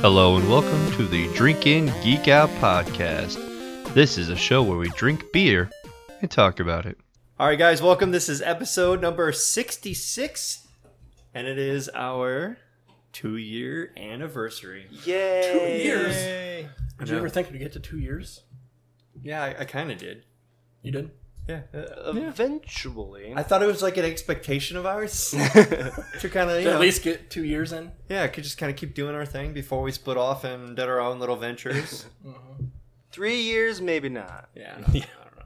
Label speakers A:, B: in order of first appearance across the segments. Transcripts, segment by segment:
A: Hello and welcome to the Drink In Geek Out podcast. This is a show where we drink beer and talk about it.
B: All right, guys, welcome. This is episode number 66, and it is our two year anniversary.
C: Two years. Did you
B: know.
C: ever think we'd get to two years?
B: Yeah, I, I kind of did.
C: You did.
B: Yeah. uh,
D: Eventually.
B: I thought it was like an expectation of ours to kind of, you
C: To
B: know,
C: at least get two years in.
B: yeah, could just kind of keep doing our thing before we split off and did our own little ventures.
D: Three years, maybe not.
C: Yeah. I don't know.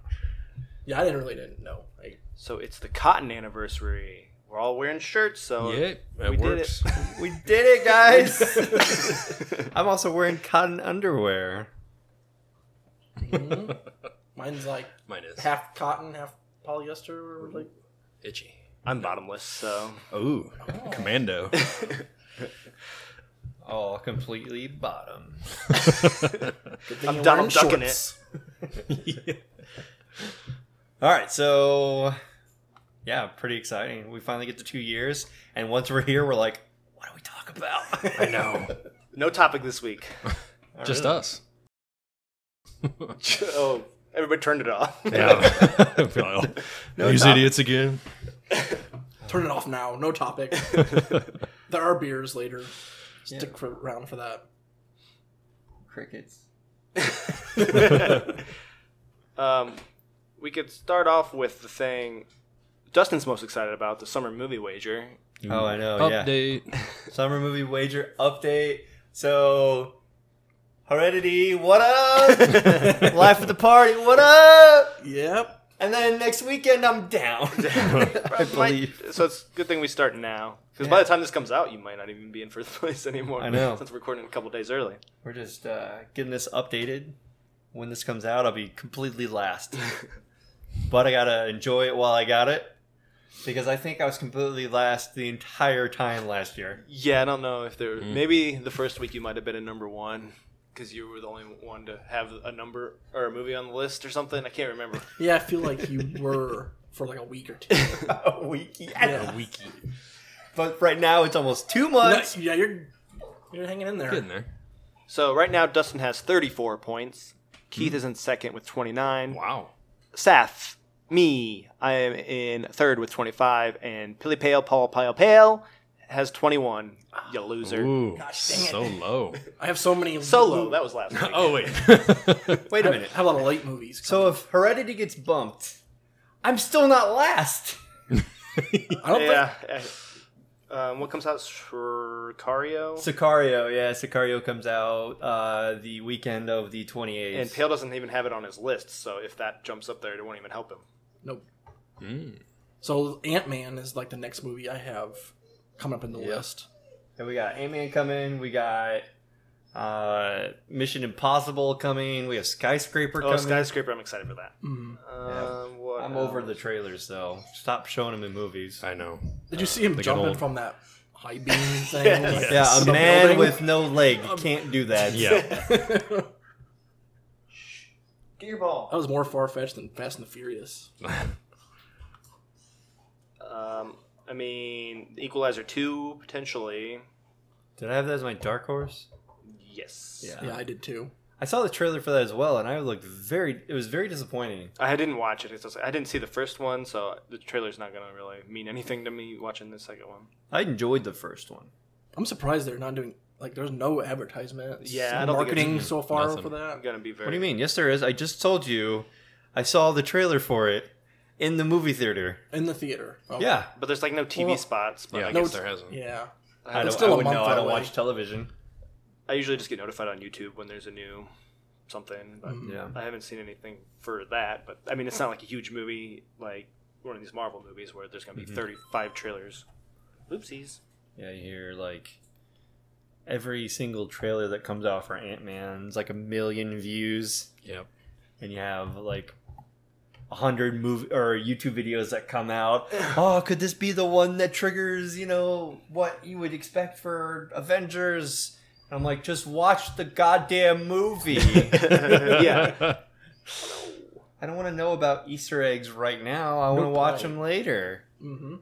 C: Yeah, I didn't really didn't know. Like,
D: So it's the cotton anniversary. We're all wearing shirts, so we did it.
B: we did it, guys. I'm also wearing cotton underwear.
C: mine's like
E: Mine is
C: half cotton, half polyester, or like
E: itchy.
D: I'm bottomless, so
E: Ooh,
B: Oh.
E: commando.
B: All completely bottom.
C: good thing
D: I'm
C: you're
D: done,
C: wearing
D: I'm ducking
C: shorts.
B: All right, so yeah, pretty exciting. We finally get to two years, and once we're here, we're like, what do we talk about? I know.
D: no topic this week.
E: Just us.
D: oh, everybody turned it off.
E: Yeah. These idiots again.
C: Turn it off now. No topic. there are beers later. Stick for, around for that.
B: Crickets.
D: um, we could start off with the thing Dustin's most excited about the summer movie wager.
B: Oh, I know. Yeah.
E: Update.
B: Summer movie wager update. So, Heredity, what up? Life of the party, what up?
C: Yep.
B: And then next weekend, I'm down. I believe.
D: So it's a good thing we start now. Because by the time this comes out, you might not even be in first place anymore.
B: I know.
D: Since we're recording a couple days early.
B: We're just uh, getting this updated. When this comes out, I'll be completely last. but I gotta enjoy it while I got it because I think I was completely last the entire time last year.
D: Yeah, I don't know if there.
B: Hmm.
D: Maybe the first week you might have been in number one because you were the only one to have a number or a movie on the list or something. I can't remember.
C: Yeah, I feel like you were for like a week or two.
B: a week, yeah.
C: Yeah.
E: Wiki.
B: But right now it's almost two
C: No,
B: months.
C: yeah, you're you're hanging in there.
E: Getting there.
D: So right now Dustin has 34 points.
B: Hmm.
D: Keith is in second with 29.
E: Wow.
D: Saf, me, I am in third with 25, and Pilly Pale Paul Pale Pale has 21. You loser.
E: Ooh,
C: Gosh, dang it.
E: so low.
C: I have so many
D: Solo. That was last. Week.
E: Oh wait.
B: Wait a
C: I
B: minute.
C: have a lot of late movies.
B: So if Heredity gets bumped, I'm still not last.
C: I don't think
D: yeah. Um, what comes out? Sicario.
B: Sicario, yeah, Sicario comes out uh, the weekend of the 28th.
D: and Pale doesn't even have it on his list, so if that jumps up there, it won't even help him.
C: Nope. So Ant Man is like the next movie I have coming up in the list.
B: And we got Ant-Man coming. We got uh, Mission Impossible coming. We have Skyscraper
D: Oh,
B: coming.
D: skyscraper! I'm excited for that.
C: Hmm.
D: Um, what
B: I'm
D: else?
B: over the trailers, though. Stop showing them in movies.
E: I know.
C: Did you see him
E: like an
C: jumping
E: old-
C: from that high beam thing? like,
B: Yeah, a
C: the
B: man
C: building? Um,
B: with no leg can't do that.
E: Yeah.
D: Get your ball.
C: that was more far fetched than Fast and the Furious.
D: Um, I mean, Equalizer two potentially.
B: Did I have that as my dark horse?
D: Yes.
B: Yeah.
C: Yeah, I did too.
B: I saw the trailer for that as well, and I looked very. It was very disappointing.
D: I didn't watch it. It's just, I didn't see the first one, so the trailer's not gonna really mean anything to me watching the second one.
B: I enjoyed the first one.
C: I'm surprised they're not doing like there's no advertisements.
D: Yeah, I
C: and
D: don't think
C: marketing
D: it's-
C: so far
E: nothing.
D: I'm
C: for that.
D: gonna be very.
B: What do you mean? Yes, there is. I just told you. I saw the trailer for it in the movie theater.
C: In the theater. Oh,
B: Yeah.
D: But there's like no TV
C: Well,
D: spots. But
E: Yeah,
D: I,
E: I
C: No,
D: guess,
E: guess
C: it's-
E: there hasn't.
C: Yeah.
B: I don't,
C: still
B: I
C: a
B: would
C: month
B: know. I don't
C: away.
B: watch television.
D: I usually just get notified on YouTube when there's a new something. But
B: Yeah.
D: I haven't seen anything for that, but I mean, it's not like a huge movie like one of these Marvel movies where there's going to be 35 trailers. Oopsies.
B: Yeah, you hear like every single trailer that comes out for Ant Man's like a million views,
E: Yep.
B: and you have like a hundred movie or YouTube videos that come out. oh, could this be the one that triggers you know what you would expect for Avengers? And I'm like, just watch the goddamn movie.
D: Yeah.
B: I don't want to know about Easter eggs right now. I want to
C: Nope.
B: watch them later.
C: Mm-hmm.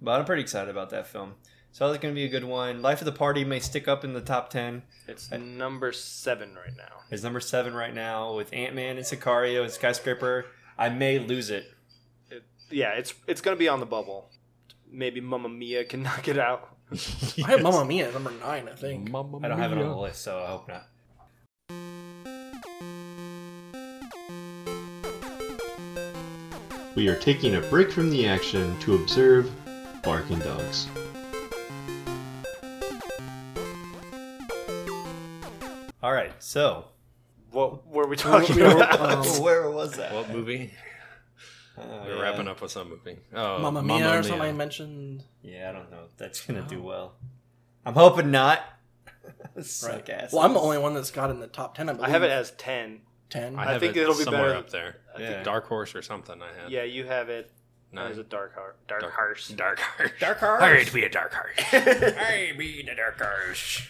B: But I'm pretty excited about that film. So that's going to be a good one. Life of the Party may stick up in the top 10.
D: It's number seven right now.
B: It's number seven right now with Ant Man and Sicario and Skyscraper. I may lose it.
D: Yeah, it's it's gonna be on the bubble. Maybe Mamma Mia can knock it out.
C: I have Mamma Mia at number nine, I think.
E: Mamma
B: I don't have it on
E: mia.
B: the list, so I hope not.
A: We are taking a break from the action to observe barking dogs.
B: All right, so
D: What were we talking
C: we were-
D: about?
C: um,
B: Oh, where was that?
E: What movie?
B: Oh,
E: We're
B: yeah.
E: wrapping up with some movie. Oh,
C: Mamma Mia or something I mentioned.
B: Yeah, I don't know. if That's gonna do well. I'm hoping not. Suck ass.
C: Well, I'm the only one that's got in the top ten. I, believe.
D: I have it as ten.
C: ten.
E: I have
D: think
E: it
D: it'll be
E: somewhere
D: better.
E: up there.
D: I
B: Yeah.
D: think-
E: Dark Horse or something. I had.
D: yeah, you have it
E: Nine.
D: as a dark heart. Dark,
E: Dark-
D: horse.
E: Dark Horse.
B: Dark Horse.
E: I'd be a dark horse.
B: I be the Dark Horse.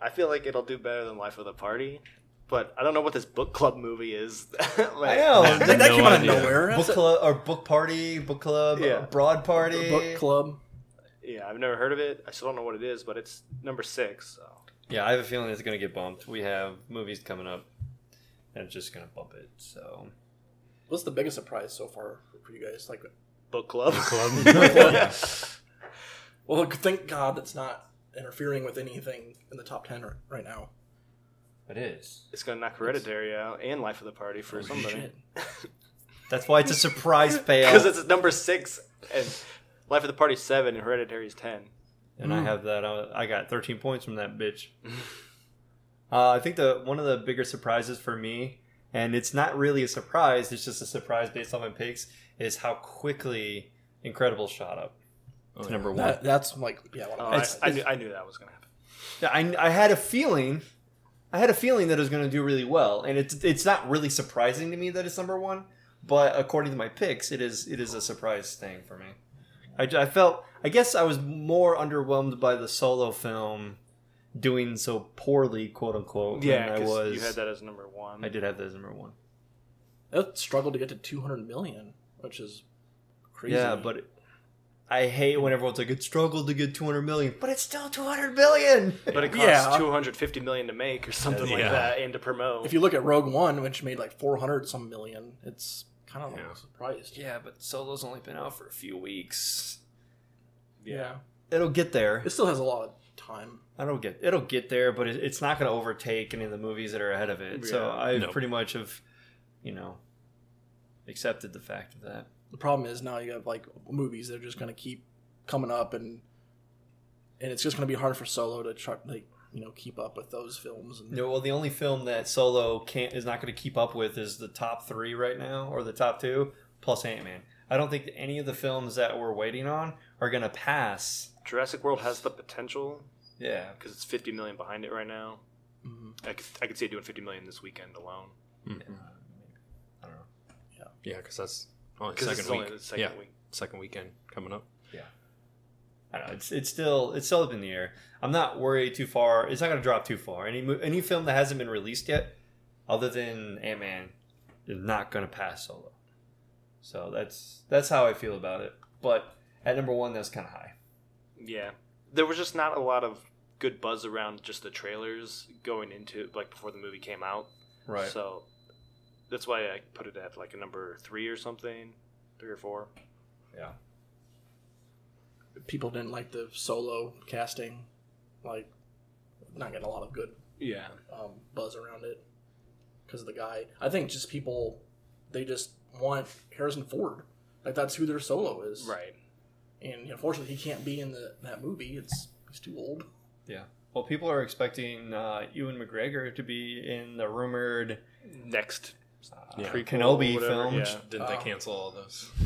D: I feel like it'll do better than Life of the Party, but I don't know what this book club movie is.
B: I
D: Like,
B: know.
E: I have
B: That- that
E: no
B: came out of
E: idea.
B: nowhere.
C: Nowhere.
B: Book club or book party, book club,
D: Yeah.
B: broad party.
C: Book club.
D: Yeah, I've never heard of it. I still don't know what it is, but it's number six. So.
B: Yeah, I have a feeling it's gonna get bumped. We have movies coming up, and it's just gonna bump it. So
C: What's the biggest surprise so far for you guys? Like,
D: Book club.
E: Yeah.
C: well, thank God that's not interfering with anything in the top ten r- right now.
B: it is.
D: It's gonna knock Hereditary out and Life of the Party for somebody
C: Shit.
B: That's why it's a surprise fail.
D: because it's number six and Life of the Party is seven and Hereditary is ten.
B: and I have that. uh, I, I got 13 points from that bitch. uh, I think the one of the bigger surprises for me, and it's not really a surprise. It's just a surprise based on my picks, is how quickly Incredible shot up.
E: Oh, yeah.
B: Number one.
C: That, that's like, yeah. One of
D: Oh,
C: my-
D: I,
B: It's-
D: I, knew, I knew that was gonna happen.
B: Yeah, I, I had a feeling, I had a feeling that it was going to do really well, and it's it's not really surprising to me that it's number one, but according to my picks, it is it is a surprise thing for me. I, j- I felt I guess I was more underwhelmed by the solo film doing so poorly, quote unquote.
D: Yeah,
B: than I
D: 'cause
B: was.
D: you had that as number one.
B: I did have that as number one.
C: It struggled to get to 200 million, which is crazy.
B: Yeah, but. It, I hate when everyone's like, it struggled to get 200 million, but it's still 200 million!
D: But it costs
C: Yeah.
D: 250 million to make or something like
E: Yeah.
D: that and to promote.
C: if you look at Rogue One, which made like 400 some million, it's kind of
E: Yeah.
C: like surprised.
B: yeah, but Solo's only been out for a few weeks.
C: yeah,
B: It'll get there.
C: it still has a lot of time.
B: I don't get it'll get there, but it, it's not going to overtake any of the movies that are ahead of it. So
D: Yeah.
B: I
E: No.
B: pretty much have, you know, accepted the fact of that.
C: The problem is now you have like movies that are just going to keep coming up, and and it's just going to be hard for Solo to try like you know keep up with those films. And
B: No, well, the only film that Solo can't is not going to keep up with is the top three right now, or the top two plus Ant Man. I don't think any of the films that we're waiting on are going to pass.
D: Jurassic World has the potential
B: Yeah,
D: because it's 50 million behind it right now.
C: Mhm.
D: I could, I could see it doing 50 million this weekend alone
E: Mhm.
B: I don't know.
E: Yeah, because that's only
D: because
E: second
D: it's
E: week.
D: only the second
E: yeah,
D: week.
E: second weekend coming up.
B: I don't know. It's it's still it's still up in the air. I'm not worried too far. It's not going to drop too far. Any mo- any film that hasn't been released yet, other than Ant Man, is not going to pass Solo. So that's that's how I feel about it. But at number one, that's kind of high.
D: Yeah, there was just not a lot of good buzz around just the trailers going into like before the movie came out. So that's why I put it at like a number three or something, three or four.
B: yeah.
C: People didn't like the Solo casting, like not getting a lot of good
D: Yeah.
C: um, buzz around it because of the guy. I think just people they just want Harrison Ford. Like that's who their solo is.
D: Right.
C: And unfortunately, he can't be in the, that movie. It's he's too old.
B: Yeah. Well, people are expecting uh, Ewan McGregor to be in the rumored
D: Next.
B: uh,
E: Yeah.
D: Prequel,
B: Kenobi
D: whatever,
B: film.
D: yeah.
E: Didn't
C: Oh.
E: they cancel all those?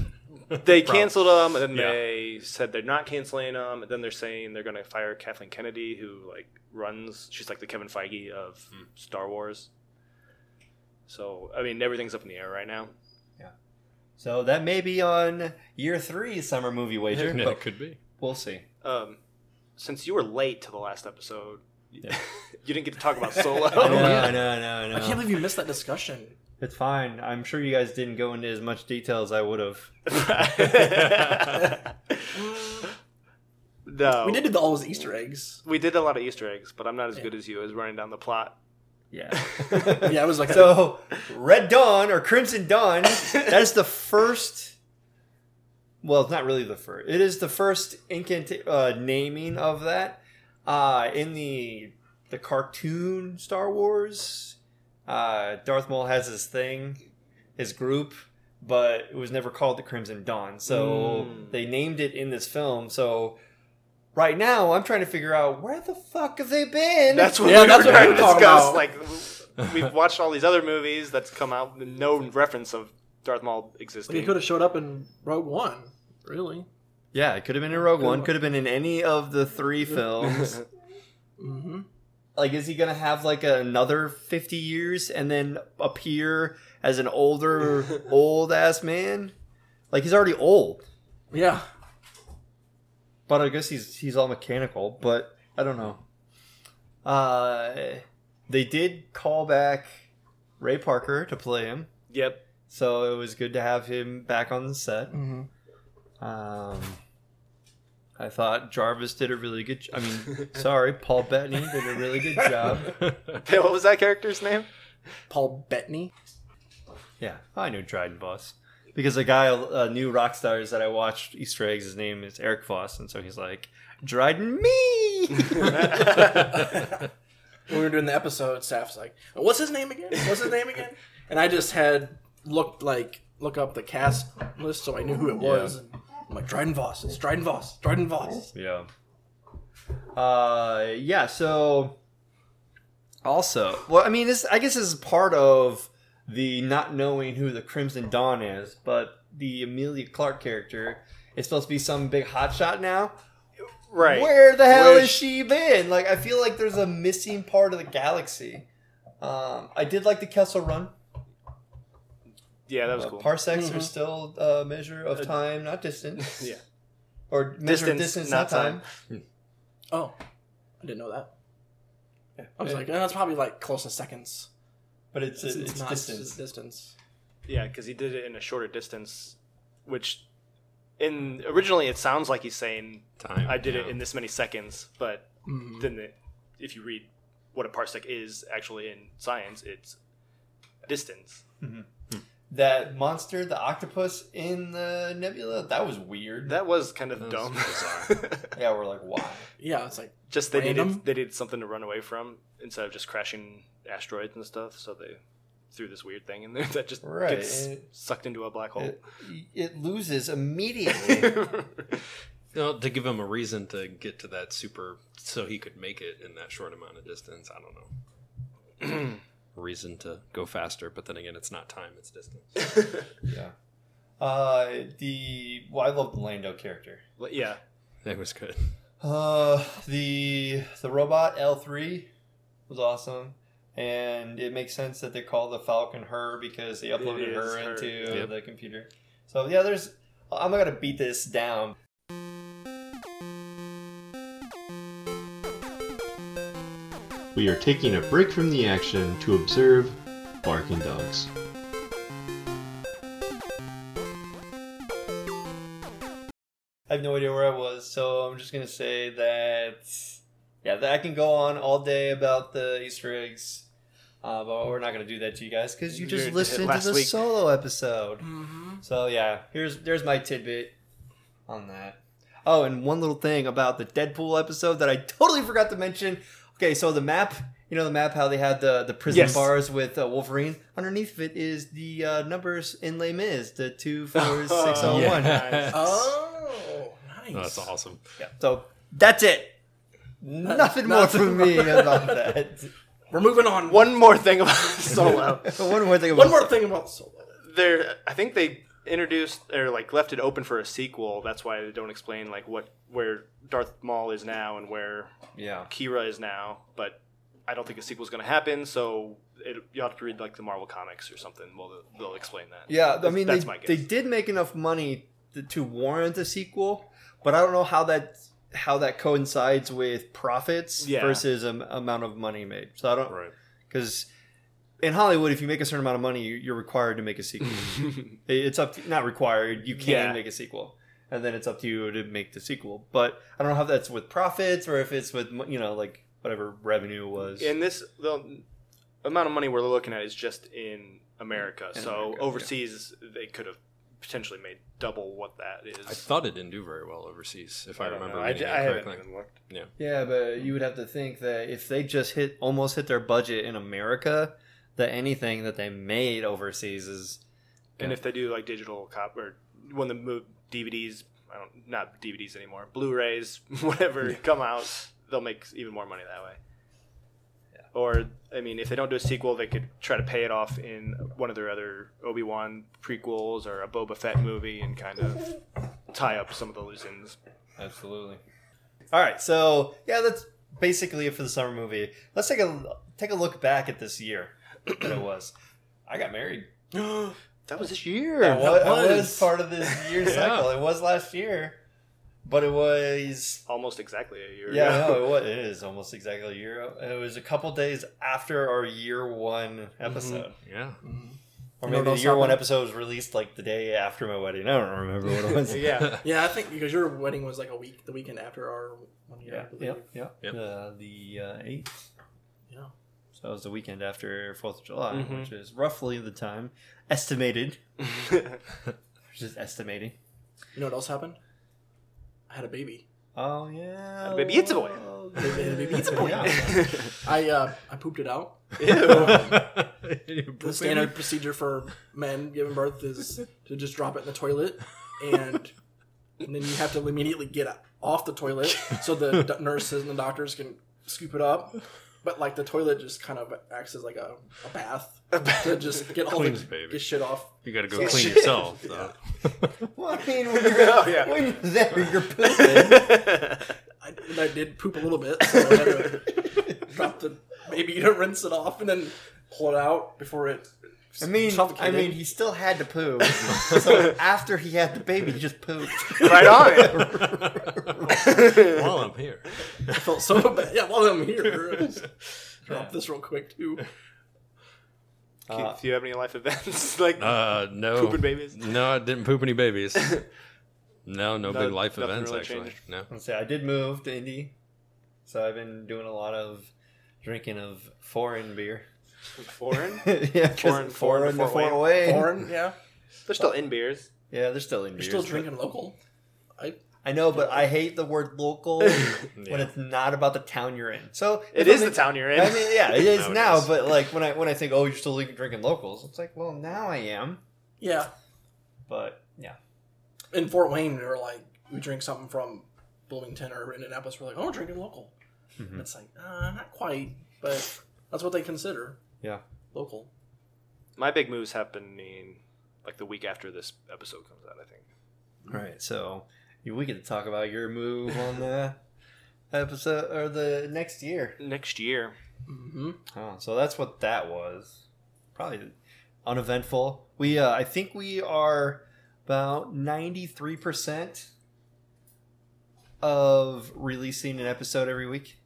D: They
E: Probably.
D: canceled them, and then
E: Yeah.
D: they said they're not canceling them, and then they're saying they're going to fire Kathleen Kennedy, who like runs. She's like the Kevin Feige of
E: Hmm.
D: Star Wars. So I mean, everything's up in the air right now.
B: So that may be on year three summer movie wager,
E: yeah,
B: but
E: it could be.
B: we'll see.
D: Um, since you were late to the last episode,
B: Yeah.
D: you didn't get to talk about Solo.
B: No, no,
C: yeah.
B: no, no.
C: I can't believe you missed that discussion.
B: It's fine. I'm sure you guys didn't go into as much detail as I would have.
D: no, No,
C: We did do all those Easter eggs.
D: We did a lot of Easter eggs, but I'm not as
C: Yeah.
D: good as you as running down the plot.
B: Yeah.
C: Yeah, it was like
B: So, Red Dawn or Crimson Dawn, that is the first. Well, it's not really the first. It is the first incant- uh, naming of that uh, in the the cartoon Star Wars. Uh, Darth Maul has his thing, his group, but it was never called the Crimson Dawn. So
D: Mm.
B: they named it in this film. So right now, I'm trying to figure out where the fuck have they been?
D: That's what
C: Yeah,
D: we
C: that's
D: were
C: what we
D: trying to
C: were talking
D: discuss.
C: about.
D: Like we've watched all these other movies that's come out, with no reference of Darth Maul
C: Like, he
D: existing.
C: could have showed up in Rogue One, really.
B: Yeah, it could have been in Rogue
C: Could
B: One.
C: have-
B: Could have been in any of the three films.
C: hmm
B: like, is he gonna have like another fifty years and then appear as an older, old ass man? Like he's already old,
C: Yeah,
B: but I guess he's he's all mechanical. But I don't know. Uh, they did call back Ray Parker to play him,
D: yep.
B: so it was good to have him back on the set.
C: mm-hmm.
B: Um, I thought Jarvis did a really good. j- I mean, sorry, Paul Bettany did a really good job.
D: Hey, What was that character's name?
C: Paul Bettany.
B: Yeah, I knew Dryden Voss because a guy, uh, new rock stars that I watched Easter eggs. His name is Eric Voss, and so he's like Dryden me.
C: When we were doing the episode, Staff's like, "What's his name again? What's his name again?" And I just had looked like look up the cast list so I knew who it was. And I'm like Dryden Voss. It's Dryden Voss. Dryden Voss.
B: yeah. Uh, yeah. So also, well, I mean, this I guess this is part of the not knowing who the Crimson Dawn is, but the Amelia Clark character is supposed to be some big hotshot now.
D: Right.
B: Where the hell
D: Where
B: has she been? Like, I feel like there's a missing part of the galaxy. Um, I did like the Kessel Run.
D: Yeah, that was
B: Uh,
D: cool.
B: Parsecs are
C: Mhm.
B: still a measure of time, not distance.
D: yeah.
B: Or measure of
D: Distance,
B: distance, not
D: not
B: time.
C: Oh, I didn't know that. I was like, "Oh, that's probably like close to seconds.
B: But it's, it's,
C: not
B: distance.
C: just distance.
D: Yeah, because he did it in a shorter distance, which in originally it sounds like he's saying
E: Time.
D: I did it
E: yeah.
D: in this many seconds, but
C: Mhm.
D: then it, if you read what a parsec is actually in science, it's distance.
B: That monster, the octopus in the nebula, that was weird.
D: That was kind of
E: That was
D: dumb.
B: yeah, we're like, why?
C: Yeah, it's like
D: just they
C: Random.
D: needed they needed something to run away from instead of just crashing asteroids and stuff, so they threw this weird thing in there that just
B: Right,
D: gets
B: and it-
D: sucked into a black hole.
B: It, it loses immediately.
E: No, to give him a reason to get to that super, so he could make it in that short amount of distance. I don't know. reason to go faster, but then again, it's not time; it's distance.
B: yeah. Uh, the well, I love the Lando character.
D: But yeah.
E: That was good.
B: Uh, the the robot L three was awesome, and it makes sense that they call the Falcon her because they uploaded
D: is
B: her
D: her.
B: into
E: Yep.
B: the computer. So yeah, there's. I'm not gonna beat this down. We are taking a break from the action to observe barking dogs. I have no idea where I was, so I'm just gonna say that yeah, that I can go on all day about the Easter eggs, uh, but we're not gonna do that to you guys because you just
D: You did it
B: listened to
D: last
B: the
D: week. Mm-hmm.
B: solo episode. So yeah, here's there's my tidbit on that. Oh, and one little thing about the Deadpool episode that I totally forgot to mention. Okay, so the map, you know the map, how they had the the prison
D: Yes.
B: bars with uh, Wolverine. Underneath of it is the uh, numbers in Les Mis, the two, four, six, oh,
E: Yeah.
B: one.
C: oh, nice.
E: Oh, that's awesome.
B: So that's it. Nothing more
C: nothing
B: from me about that.
C: We're moving on. One,
D: One more thing about Solo.
B: one more thing. About
C: one more thing about Solo.
D: there I think they introduced or like left it open for a sequel. That's why they don't explain like what where Darth Maul is now and where
B: Yeah.
D: Kira is now, but I don't think a sequel's going to happen. So it, you have to read like the Marvel comics or something. Well, they'll- they'll explain that.
B: Yeah, I
D: That's-
B: mean,
D: that's
B: they,
D: my guess.
B: they did make enough money to, to warrant a sequel, but I don't know how that how that coincides with profits
D: Yeah.
B: versus um, amount of money made. So I don't
E: Right.
B: because in Hollywood, if you make a certain amount of money, you- you're required to make a sequel. It- it's up to, not required. You can
D: Mm-hmm. Yeah.
B: make a sequel. and then it's up to you to make the sequel. But I don't know how that's with profits or if it's with you know like whatever revenue was.
D: And this the amount of money we're looking at is just in America.
B: In
D: so
B: America, yeah.
D: overseas, they could have potentially made double what that is.
E: I thought it didn't do very well overseas, if I,
D: don't
E: remember
D: know.
E: reading
D: I,
E: it
D: I haven't
E: correctly.
D: even looked.
B: Yeah, but you would have to think that if they just hit almost hit their budget in America, that anything that they made overseas is
D: And
B: Yeah.
D: if they do like digital cop or when the move DVDs, I don't not DVDs anymore, Blu-rays, whatever come out, they'll make even more money that way. Or I mean, if they don't do a sequel, they could try to pay it off in one of their other Obi Wan prequels or a Boba Fett movie and kind of tie up some of the loose ends.
E: Absolutely.
B: All right, so yeah, that's basically it for the summer movie. Let's take a take a look back at this year that it was. I got married.
D: That was this year.
B: I was, I
C: was.
B: was part of this year cycle. It was last year, but it was
D: Almost exactly a year.
B: yeah,
D: ago.
B: no, it was. It is almost exactly a year. It was a couple days after our year one episode,
E: Yeah.
B: or
C: You know
B: maybe
C: what
B: the
C: else
B: year one
C: happened?
B: episode was released like the day after my wedding. I don't remember what it was.
D: yeah.
C: Yeah, I think because your wedding was like a week, the weekend after our one year. I believe.
B: Yep, yep.
E: Yep.
B: Uh, the uh, eighth.
C: Yeah.
B: So that was the weekend after Fourth of July,
D: Mhm.
B: which is roughly the time estimated. Just estimating.
C: You know what else happened? I had a baby.
B: Oh yeah,
D: Baby, it's a boy.
B: Oh,
C: Baby, it's a boy.
B: Yeah.
C: I uh, I pooped it out. The standard procedure for men giving birth is to just drop it in the toilet, and, and then you have to immediately get off the toilet so the d- nurses and the doctors can scoop it up. But like the toilet just kind of acts as like a, a bath to just get all
E: Cleans
C: the
E: baby.
C: get shit off.
E: You gotta go
D: Yeah.
E: clean yourself. Though.
B: Well, I mean, when you're,
D: Oh, yeah.
B: when you're there, you're pooping.
C: I, and I did poop a little bit, so I had to drop the baby to rinse it off and then pull it out before it.
B: I mean, I
C: suffocated.
B: mean, he still had to poop. so after he had the baby, he just pooped.
D: right on it.
E: While I'm here.
C: I felt so bad. Yeah, while I'm here, I'll just drop this real quick too.
B: Uh,
D: Keith, do you have any life events like
E: Uh, no.
D: pooping babies?
E: No, I didn't poop any babies. No,
D: No,
E: no, big life
D: nothing
E: events
D: really
E: actually.
D: changed.
E: No.
B: Let's say I did move to Indy, so I've been doing a lot of drinking of foreign beer.
D: Foreign?
B: yeah, 'cause
D: Foreign- foreign to
B: foreign, to
D: Fort
B: foreign
D: Wayne.
B: away.
C: Foreign, yeah.
D: They're still in beers.
B: Yeah, they're still in
C: You're
B: beers,
C: still
B: but-
C: drinking local. I
B: I know, but I hate the word local when
E: Yeah.
B: it's not about the town you're in. So
D: It
B: if
D: is
B: I'm
D: the
B: in-
D: town you're in.
B: I mean, yeah, it is
E: Now it
B: now.
E: is.
B: But like when I when I think, oh, you're still drinking locals, it's like, well, now I am.
C: yeah.
B: But yeah,
C: In Fort Wayne, we were like, we drink something from Bloomington or Indianapolis. We're like, oh, we're drinking local.
B: Mm-hmm.
C: It's like, uh, not quite, but that's what they consider
B: yeah.
C: local.
D: My big move's happening like the week after this episode comes out, I think.
B: All right, so you- we get to talk about your move on the episode or the next year.
D: Next year.
C: Mm-hmm.
B: Oh, so that's what that was. Probably uneventful. We, uh, I think we are about ninety three percent of releasing an episode every week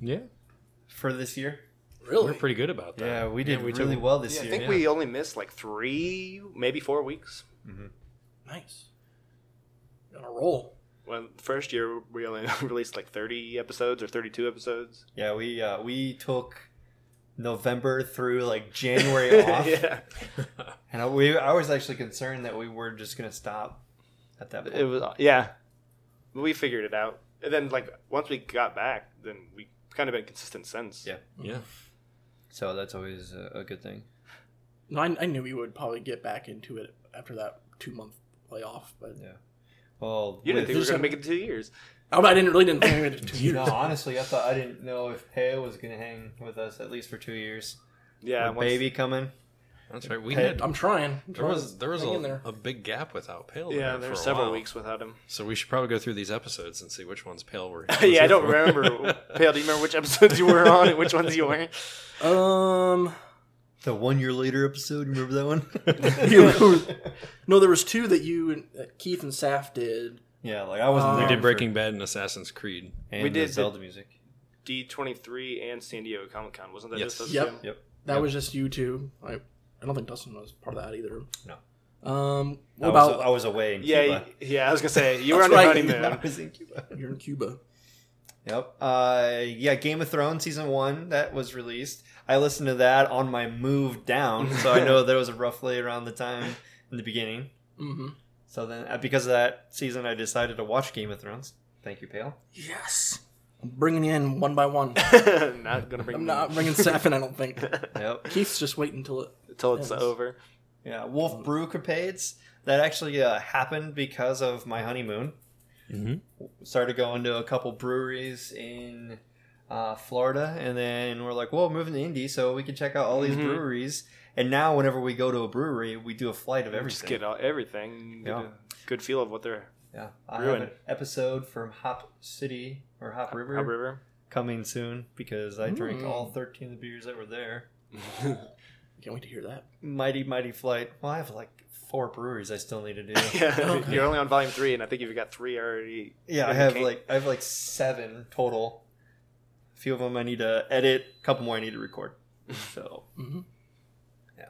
E: Yeah.
B: for this year.
C: Really?
E: We're pretty good about that.
B: Yeah, we did
E: we
B: really
E: took-
B: well this
D: I
B: year.
D: think we only missed like three, maybe four weeks.
C: nice. On a roll.
D: Well, first year we only released like 30 episodes or 32 episodes.
B: Yeah, we uh, we took November through like January off,
D: yeah.
B: and I, we I was actually concerned that we were just gonna stop at that point.
D: It was, yeah. We figured it out. And then, like, once we got back, then we kind of been consistent since.
B: Yeah.
E: Yeah.
B: so that's always a, a good thing.
C: No, I, I knew we would probably get back into it after that two month layoff, but
B: Well,
D: You
B: with-
D: didn't think we were
C: There's
D: going
C: a-
D: to make it two years.
C: I, mean, I didn't really didn't think we did two years.
B: no, honestly, I thought I didn't know if Peo was gonna hang with us at least for two years.
D: Yeah.
B: With
D: once-
B: baby coming.
E: That's right. We
B: Hey,
E: had
C: I'm trying. I'm
E: there
C: trying
E: was
C: to
E: there was a,
C: hang in there.
E: a big gap without Pale.
D: Yeah,
E: there
D: there
E: for
D: were
E: a
D: several
E: while.
D: weeks without him.
E: So we should probably go through these episodes and see which ones Pale were. was
D: yeah, I
E: here
D: don't
E: for.
D: remember. Pale, do you remember which episodes you were on and which ones you weren't?
C: Um,
B: The one year later episode, you remember that one?
C: you- no, there was two that you and that Keith and Saf did.
B: yeah, like I wasn't.
C: Um,
E: we
B: there
E: did
B: for-
E: Breaking Bad and Assassin's Creed.
B: And
D: We
B: the
D: did the-
B: Zelda music.
D: D23 and San Diego Comic Con. Wasn't that
E: Yes.
D: just us
C: Yep.
D: two?
B: Yep.
C: That was just you two. I, I don't think Dustin was part of that either.
B: No.
C: Um, what
B: I,
C: about
B: was, I was away in
D: Yeah,
B: Cuba.
D: y- yeah. I was gonna say you were on
C: That's
D: your
C: right.
D: honeymoon.
B: I was in Cuba.
C: you're in Cuba?
B: Yep. Uh, yeah, Game of Thrones season one that was released. I listened to that on my move down, so I know that was roughly around the time in the beginning.
C: Mm-hmm.
B: So then, uh, because of that season, I decided to watch Game of Thrones. Thank you, Pale.
C: Yes, I'm bringing you in one by one.
D: not gonna bring.
C: I'm not bringing Safin. I don't think
B: Yep.
C: Keith's just waiting until it.
D: until it's
C: Yes.
D: over.
B: Yeah, Wolf Brew Capades. That actually uh, happened because of my honeymoon.
E: Mhm.
B: Started going to a couple breweries in uh, Florida, and then we're like, well, we're moving to Indy, so we can check out all these
D: Mhm.
B: breweries. And now, whenever we go to a brewery, we do a flight of everything.
D: Just get all, everything. Get
B: Yeah.
D: a good feel of what they're
B: yeah, I
D: brewing.
B: have an episode from Hop City or Hop River
D: Hop River.
B: coming soon because I drank
C: Mm.
B: all 13 of the beers that were there.
C: Can't wait to hear that.
B: Mighty, mighty flight. Well, I have like four breweries I still need to do.
D: yeah,
C: Oh, Okay.
D: you're only on volume three, and I think you've got three already.
B: Yeah, I
D: in the
B: have
D: can-
B: like I have like seven total. A few of them I need to edit. A couple more I need to record. So
C: Mm-hmm.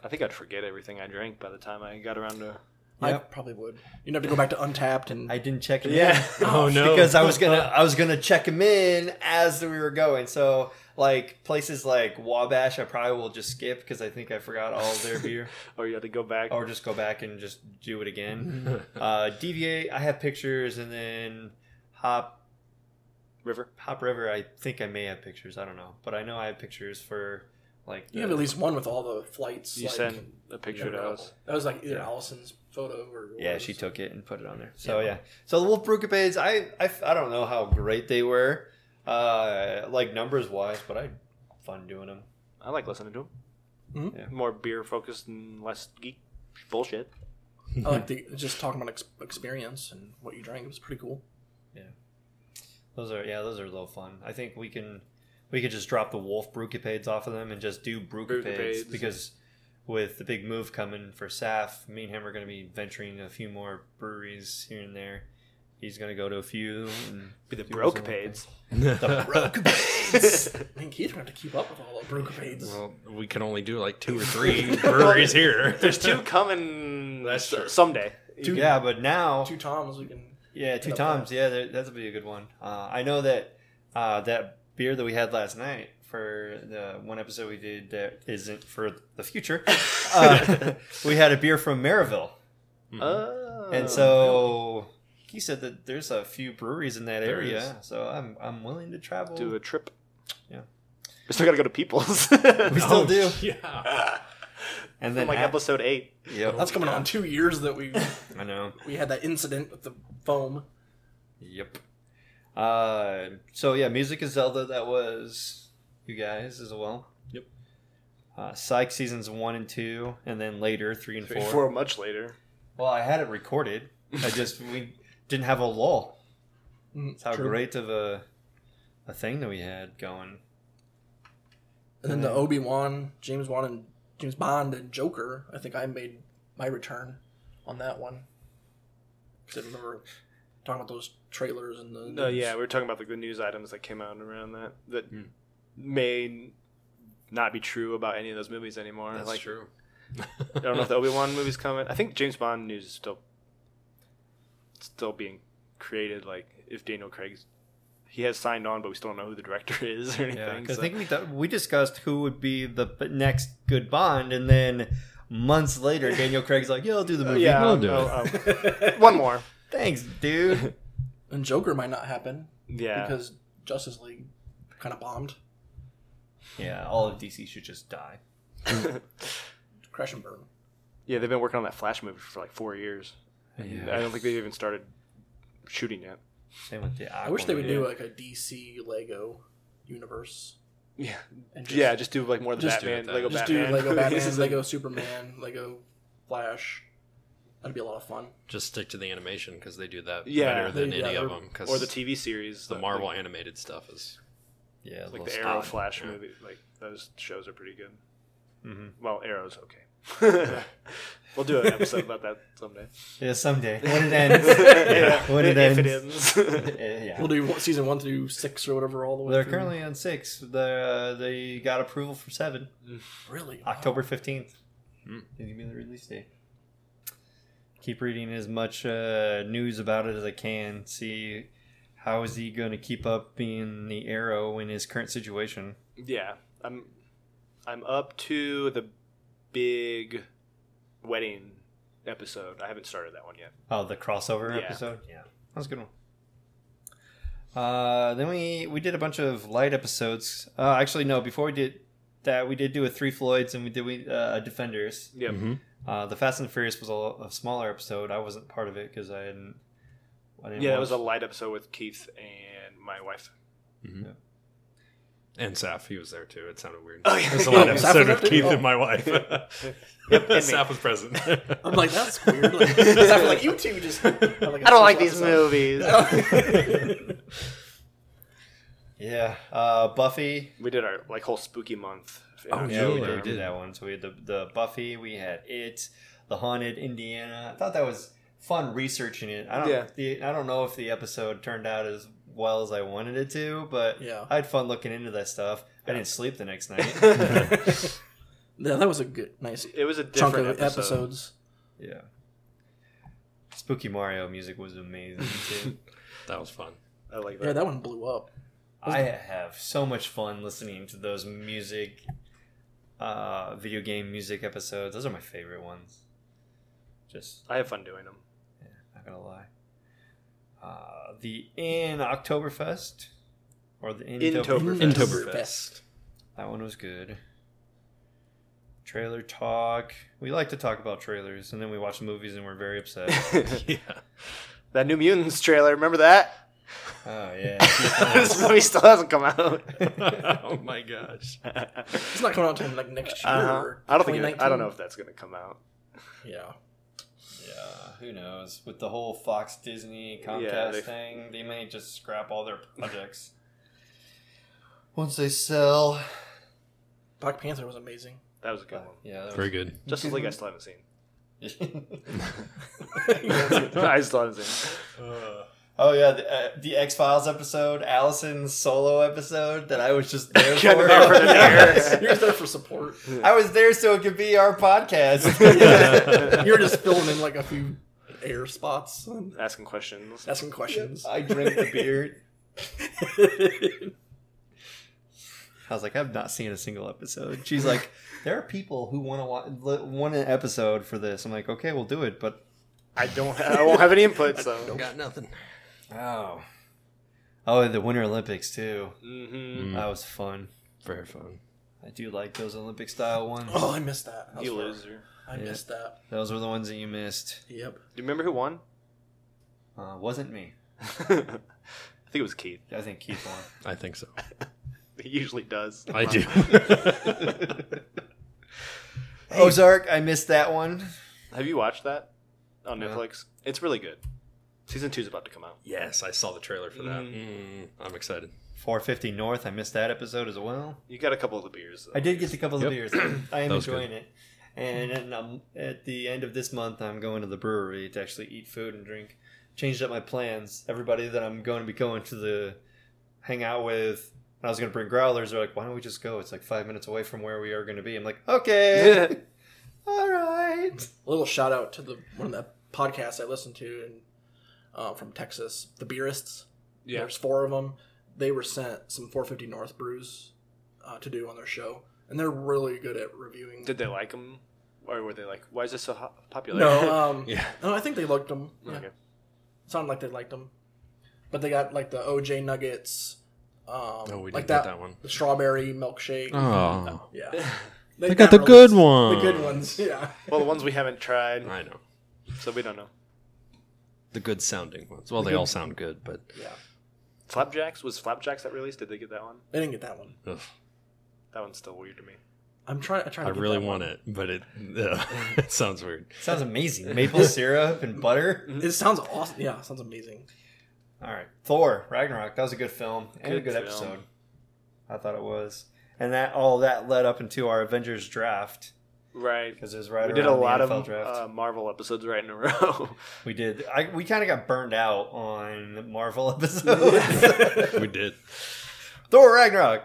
D: I think I'd forget everything I drank by the time I got around to.
C: I
B: Yep.
C: probably would. You'd have to go back to Untapped and
B: I didn't check them
D: Yeah.
B: in.
E: Oh, no.
B: Because I was gonna I was gonna check them in as we were going. So like places like Wabash, I probably will just skip because I think I forgot all their beer,
D: Or you had to go back.
B: or just go back and just do it again. Uh, Deviate, I have pictures, and then Hop
D: River.
B: Hop River, I think I may have pictures. I don't know, but I know I have pictures for like
C: you have at least one with all the flights.
D: You
C: like,
D: sent a picture to us.
C: That was like either
B: Yeah.
C: Allison's photo or
B: Yeah,
C: yours.
B: she took it and put it on there. So yeah. So the Wolf Brew Capades, I, I I don't know how great they were, uh, like numbers wise, but I had fun doing them.
D: I like listening to him.
C: Mhm.
B: Yeah.
D: More beer focused and less geek bullshit.
C: I like the, just talking about ex- experience and what you drank. It was pretty cool.
B: Those are yeah, those are a little fun. I think we can we could just drop the Wolf Brew Capades off of them and just do Brew
D: Brew
B: Capades
D: Capades.
B: because with the big move coming for Saf, me and him are going to be venturing a few more breweries here and there. He's going to go to a few. And
D: Be the
B: do
D: broke
B: something.
D: pades.
B: The Broke
C: I mean, Keith's gonna have to keep up with all the brewcades.
E: well, we can only do like two or three breweries here.
D: There's two coming
E: That's
D: s-
E: true.
D: someday.
C: Two-
B: yeah, but now
C: Two Toms, we can.
B: Yeah, two
C: up there.
B: times. Yeah, that that'll be a good one. Uh, I know that uh, that beer that we had last night for the one episode we did that isn't for the future. Uh, we had a beer from Maryville,
D: Oh.
B: and so he said that there's a few breweries in that
E: There
B: area.
E: is.
B: So I'm I'm willing to travel.
D: do a trip.
B: Yeah.
D: We still gotta go to People's.
B: We still
E: Oh,
B: do.
E: Yeah.
B: And
D: From
B: then
D: like
B: at-
D: episode eight.
B: Yep,
C: That's coming on two years that we
B: I know.
C: we had that incident with the foam.
B: Yep. Uh, so yeah, music is Zelda. That was you guys as well.
E: Yep.
B: Uh, Psych seasons one and two, and then later three and
D: Three,
B: four.
D: four much later.
B: Well, I had it recorded. I just we didn't have a lull.
C: Mm,
B: It's how
C: true.
B: great of a a thing that we had going.
C: And then the Obi Wan, James Wan, and James Bond and Joker. I think I made my return on that one because I remember talking about those trailers and the.
D: No, Uh, yeah, we were talking about like the news items that came out around that that
E: Hmm.
D: may not be true about any of those movies anymore.
E: That's
D: like,
E: true.
D: I don't know if the Obi Wan movie's coming. I think James Bond news is still still being created. Like if Daniel Craig's he has signed on, but we still don't know who the director is
B: Yeah,
D: or anything.
B: because
D: so-
B: I think we th- we discussed who would be the p- next good Bond, and then months later, Daniel Craig's like, "Yeah, I'll do the movie."
D: Uh, yeah,
E: We'll do
D: I'll- I'll- one more.
B: Thanks, dude.
C: and Joker might not happen
D: Yeah,
C: because Justice League kind of bombed,
B: yeah, all of DC should just die.
C: crash and burn.
D: yeah, they've been working on that Flash movie for like four years. I don't think they've even started shooting yet.
B: Same with the
C: I wish they would
B: Aquaman.
C: do like a DC Lego universe.
D: Yeah,
C: And
D: yeah, just do like more of the
C: Just
E: do it
D: Batman,
E: then.
D: Lego
C: just
D: Batman.
C: do Lego Batman,
D: This is like-
C: Lego Superman, Lego Flash. That'd be a lot of fun.
E: Just stick to the animation because they do that
D: Yeah,
E: better than
C: they- yeah,
E: any of
C: they're-
E: them. Because
D: or the TV series,
E: the
D: like-
E: Marvel animated stuff is
B: yeah,
D: like
B: little
D: the
B: stuff.
D: Arrow Flash
E: Yeah.
D: movie. Like those shows are pretty good.
C: mm-hmm.
B: Mhm.
D: Well, Arrow's okay. we'll do an episode about that someday.
B: Yeah, someday when it ends. when it
D: if it
B: Uh,
D: ends.
B: yeah.
C: We'll do one- season one through six or whatever all the way.
B: They're
C: through.
B: currently on six. They're, uh, they got approval for seven,
C: really
B: October fifteenth.
E: Hmm.
B: They give me the release date. keep reading as much uh, news about it as I can. See how is he going to keep up being the Arrow in his current situation.
D: Yeah, I'm I'm up to the big wedding episode. I haven't started that one yet.
B: Oh, the crossover
D: Yeah.
B: episode. Yeah, that was a good one. Uh, then we we did a bunch of light episodes. Uh, actually, no. Before we did that, we did do a three Floyds and we did we uh, Defenders.
D: Yep.
E: Mm-hmm.
B: Uh, the Fast and Furious was a, a smaller episode. I wasn't part of it because I didn't. I didn't
D: Yeah, it
B: watch-
D: was a light episode with Keith and my wife.
E: And Saf, he was there too. It sounded weird.
D: Oh, yeah.
E: It was a lot
C: Yeah,
E: of
C: Saf
E: episode
C: was
E: with
C: there too?
E: Keith and my wife. Saf was present.
C: I'm like, that's weird. Like, I feel like you two just. I
D: movies.
B: Yeah, uh, Buffy.
D: we did our like whole spooky month. in
E: Oh,
D: October.
B: Yeah, we
E: Sure.
B: did, we did that one. So we had the, the Buffy, we had it, the Haunted Indiana. I thought that was fun researching it. I don't
D: Yeah.
B: the, I don't know if the episode turned out as well as I wanted it to, but
C: Yeah.
B: I had fun looking into that stuff. I didn't sleep the next night.
C: Yeah, that was a good, nice
D: It was a
C: chunk
D: different
C: of
D: episode.
C: episodes.
B: yeah. Spooky Mario music was amazing too.
E: that was fun.
D: I like
C: Yeah,
D: that.
C: that one blew up.
B: I have so much fun listening to those music uh video game music episodes. Those are my favorite ones. Just
D: I have fun doing them.
B: Not gonna lie. Uh, the in Oktoberfest or the Intober.
D: Intoberfest.
E: Intoberfest.
B: That one was good. Trailer talk. We like to talk about trailers, and then we watch movies, and we're very upset.
E: yeah.
D: That New Mutants trailer, remember that?
B: oh yeah.
D: this movie still hasn't come out.
E: oh my gosh.
C: It's not coming out until like next year.
D: Uh-huh.
C: or
D: I don't think it, I don't
C: 2019.
D: know if that's gonna come out.
C: Yeah.
B: yeah. Who knows? With the whole Fox, Disney, Comcast
D: Yeah, they-
B: thing, they may just scrap all their projects. Once they sell,
C: Black Panther was amazing.
D: That was a good one.
B: yeah, that
E: Very good.
D: Justice League I still haven't seen.
B: was-
D: I still haven't seen.
B: Oh yeah, the, uh, the X Files episode, Allison's solo episode that I was just there
D: Kinda
B: for.
D: there for the
B: Yeah.
C: You're there for support.
B: I was there so it could be our podcast.
C: You're just filling in like a few air spots and
D: Asking questions.
C: asking questions.
B: I drank the beer. I was like, I've not seen a single episode. She's like, there are people who want to watch want an episode for this. I'm like, okay, we'll do it, but
D: I don't. ha- I won't have any input. So.
E: Got nothing.
B: oh, oh, the Winter Olympics too.
D: Mm-hmm.
B: That was fun.
E: Very fun.
B: I do like those Olympic style ones.
C: oh, I missed that. That was
D: You
C: hard.
D: loser.
C: I
B: Yeah.
C: missed that.
B: Those were the ones that you missed.
C: Yep.
D: Do you remember who won?
B: Uh, wasn't me.
D: I think it was Keith.
B: I think Keith won.
E: I think so.
D: He usually does.
E: I do.
B: Ozark, I missed that one.
D: Have you watched that on
B: No.
D: Netflix? It's really good. Season two's about to come out.
E: yes, I saw the trailer for that. Mm, I'm excited.
B: 450 North, I missed that episode as well.
D: You got a couple of the beers. though.
B: I did get a couple of
E: Yep.
B: beers. I am
E: That was
B: enjoying it. And, then I'm, at the end of this month, I'm going to the brewery to actually eat food and drink. Changed up my plans. Everybody that I'm going to be going to the hang out with, and I was going to bring growlers. They're like, why don't we just go? It's like five minutes away from where we are going to be. I'm like, okay. All right.
C: A little shout out to the one of the podcasts I listened to and uh, from Texas, the Beerists.
D: Yeah.
C: There's four of them. They were sent some 450 North brews uh, to do on their show, and they're really good at reviewing.
D: Did they like them, or were they like, "Why is this so hot, popular?"
C: no, um,
E: Yeah.
C: no, I think they liked them. Yeah.
D: Okay.
C: Sounded like they liked them, but they got like the OJ nuggets. Um,
E: No, we didn't
C: like that,
E: get that one.
C: The strawberry milkshake.
E: Oh.
C: Yeah,
E: They got the
C: ones.
E: good
C: The
E: one.
C: good ones. Yeah.
D: Well, the ones we haven't tried,
E: I know.
D: so we don't know.
E: The good sounding ones. Well, they all sound good, but
C: Yeah.
D: Flapjacks was Flapjacks that released? Did they get that one?
C: They didn't get that one.
E: ugh,
D: That one's still weird to me.
C: I'm trying. I trying.
E: I
C: to get
E: really
C: that
E: want it, but it, ugh, it sounds weird.
B: Sounds amazing. Maple syrup and butter.
C: One. It sounds awesome. Yeah, it sounds amazing.
B: All right, Thor Ragnarok. That was a good film and a
D: Good
B: good
D: film.
B: episode. I thought it was, and that all that led up into our Avengers draft
D: Right.
B: because it was right.
D: we did a
B: around the
D: lot of
B: NFL draft.
D: uh, Marvel episodes right in a row.
B: we did. I, we kind of got burned out on Marvel episodes.
E: We did.
B: Thor Ragnarok,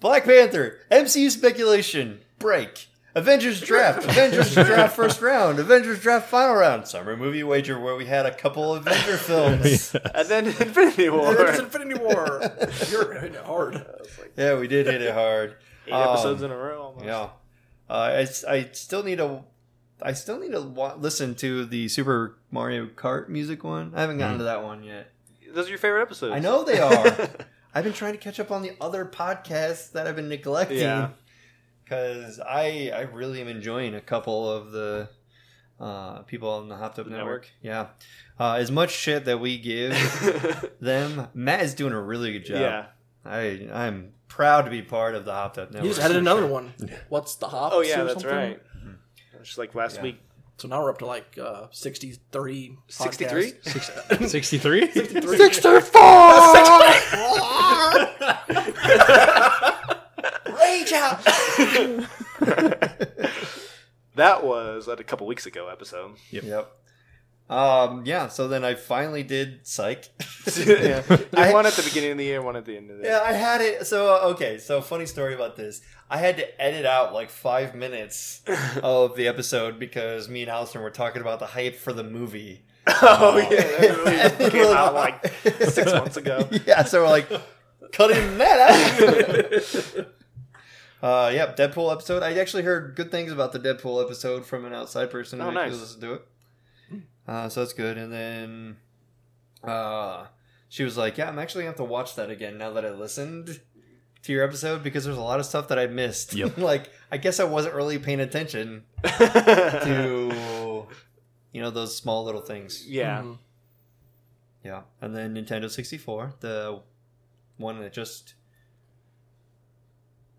B: Black Panther, MCU speculation break. Avengers draft, Avengers draft first round, Avengers draft final round, summer movie wager where we had a couple Avenger films.
D: and then Infinity War.
C: And then it's Infinity War. You're hitting it hard.
B: yeah, we did hit it hard.
D: Eight
B: Um,
D: episodes in a row. Almost.
B: Yeah, uh, I, s- I still need a, I still need to wa- listen to the Super Mario Kart music one. I haven't gotten to that one yet.
D: Those are your favorite episodes.
B: I know they are. I've been trying to catch up on the other podcasts that I've been neglecting.
D: Yeah.
B: Because I I really am enjoying a couple of the uh, people on the Hopped Up
D: The
B: Network. Yeah. Uh, as much shit that we give them, Matt is doing a really good job.
D: yeah.
B: I I'm proud to be part of the Hopped Up Network.
C: You just added another
B: Sure.
C: one. What's the hops?
D: Oh yeah,
C: or
D: that's
C: something?
D: right. It's just like last
B: Hmm. Yeah.
D: week.
C: So now we're up to like uh, 60, 30
D: 63?
E: 63?
C: 64!
B: Rage out.
D: That was at a couple weeks ago episode.
B: Yep. Um. Yeah. So then I finally did Psych.
D: yeah. You
B: I-
D: one at the beginning of the year, one at the end of the year.
B: Yeah, I had it. So uh, okay, so funny story about this. I had to edit out like five minutes of the episode because me and Allison were talking about the hype for the movie.
D: Oh yeah, that movie came
B: Well,
D: out like six months ago.
B: yeah, so we're like cutting that out. uh, yep, Deadpool episode. I actually heard good things about the Deadpool episode from an outside person who
D: Oh,
B: actually
D: nice.
B: listened to it. Uh, so that's good. And then uh, she was like, "Yeah, I'm actually gonna have to watch that again now that I listened." To your episode because there's a lot of stuff that I missed.
E: Yep.
B: like I guess I wasn't really paying attention to you know those small little things.
D: yeah,
C: Mhm.
B: Yeah, and then Nintendo 64, the one that just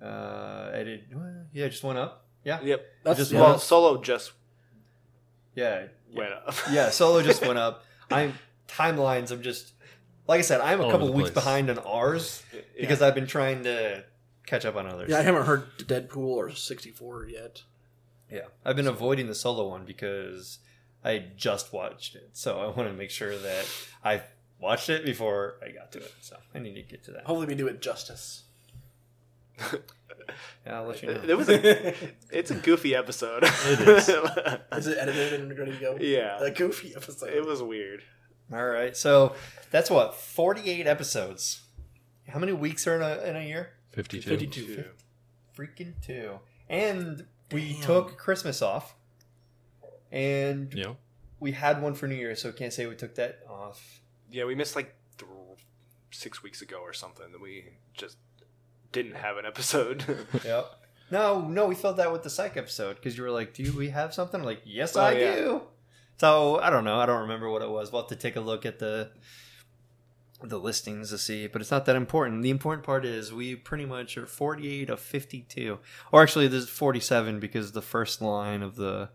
B: uh added, well, yeah, just went up. Yeah,
D: yep.
C: That's
B: Just
C: yeah,
D: Well,
C: that's-
D: Solo just
B: yeah, yeah.
D: went up.
B: yeah solo just went up. I'm timelines. I'm just like I said, I'm a
E: All
B: couple
E: over the
B: weeks
E: place.
B: behind on ours because I've been trying to catch up on others.
C: yeah, I haven't heard Deadpool or 64 yet.
B: yeah. I've been avoiding the solo one because I just watched it, so I want to make sure that I watched it before I got to it. So I need to get to that.
C: Hopefully, we do it justice.
B: Yeah, I'll let
C: Uh,
B: you know.
D: It, it was a, it's a goofy episode. It
C: Is it edited and ready to go?
D: yeah,
C: A goofy episode.
D: it was weird.
B: All right. So that's what 48 episodes. How many weeks are in a, in a year?
E: 52.
C: 52.
B: Freaking two. And we
C: Damn.
B: took Christmas off. And
E: Yeah.
B: we had one for New Year's, so can't say we took that off.
D: Yeah, we missed like th- six weeks ago or something that we just didn't have an episode.
B: Yep. No, no, we filled that with the psych episode because you were like, "Do we have something?" I'm like, "Yes,
D: Oh,
B: I
D: yeah.
B: do." So I don't know. I don't remember what it was. We'll have to take a look at the the listings to see, but it's not that important. The important part is we pretty much are 48 of 52, or actually, there's 47 because the first line of the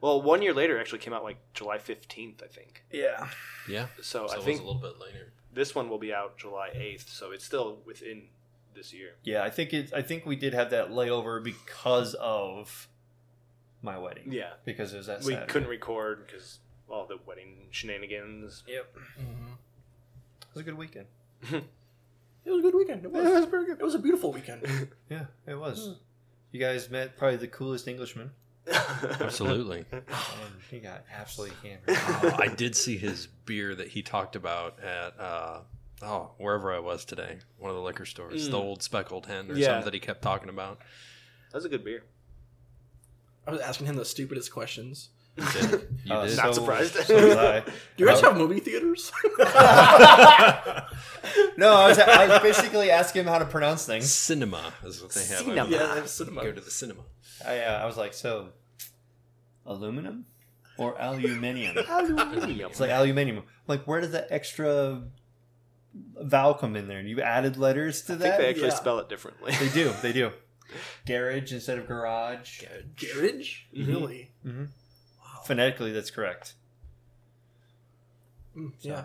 D: well, one year later actually came out like July fifteenth, I think.
B: yeah
E: Yeah.
D: So,
E: So
D: I
E: it was
D: think
E: a little bit later.
D: this one will be out July eighth, so it's still within this year.
B: yeah. I think it's I think we did have that layover because of my wedding.
D: Yeah,
B: because it was that
D: we
B: Saturday.
D: couldn't record because all the wedding shenanigans.
B: Yep, it
C: Mhm.
B: was a good weekend.
C: It was a good weekend. It was.
B: Yeah, it
C: was pretty good. It was a beautiful weekend.
B: Yeah, it was. You guys met probably the coolest Englishman.
E: Absolutely.
B: And he got absolutely hammered.
E: Oh, I did see his beer that he talked about at uh, oh wherever I was today, one of the liquor stores, the
D: Mm.
E: old speckled hen or
D: Yeah.
E: something that he kept talking about.
D: That was a good beer.
C: I was asking him the stupidest questions.
E: You did. You
B: Uh,
E: did.
D: Not surprised.
B: So was I.
C: Do you guys
B: Oh.
C: have movie theaters?
B: No, I was, I was basically asking him how to pronounce things.
E: cinema is what they have.
D: Cinema.
E: over there.
C: they have cinema.
E: Go to the cinema.
B: I, uh, I was like, so, aluminum or aluminium?
D: Aluminium.
B: It's like aluminium. Like, where did the extra vowel come in there? You added letters to
D: I think
B: that?
D: they actually
C: yeah.
D: spell it differently.
B: They do. They do. Garage instead of garage.
C: Garage?
D: Mhm.
C: Really?
B: hmm
C: Wow.
B: Phonetically, that's correct.
C: Mm, yeah.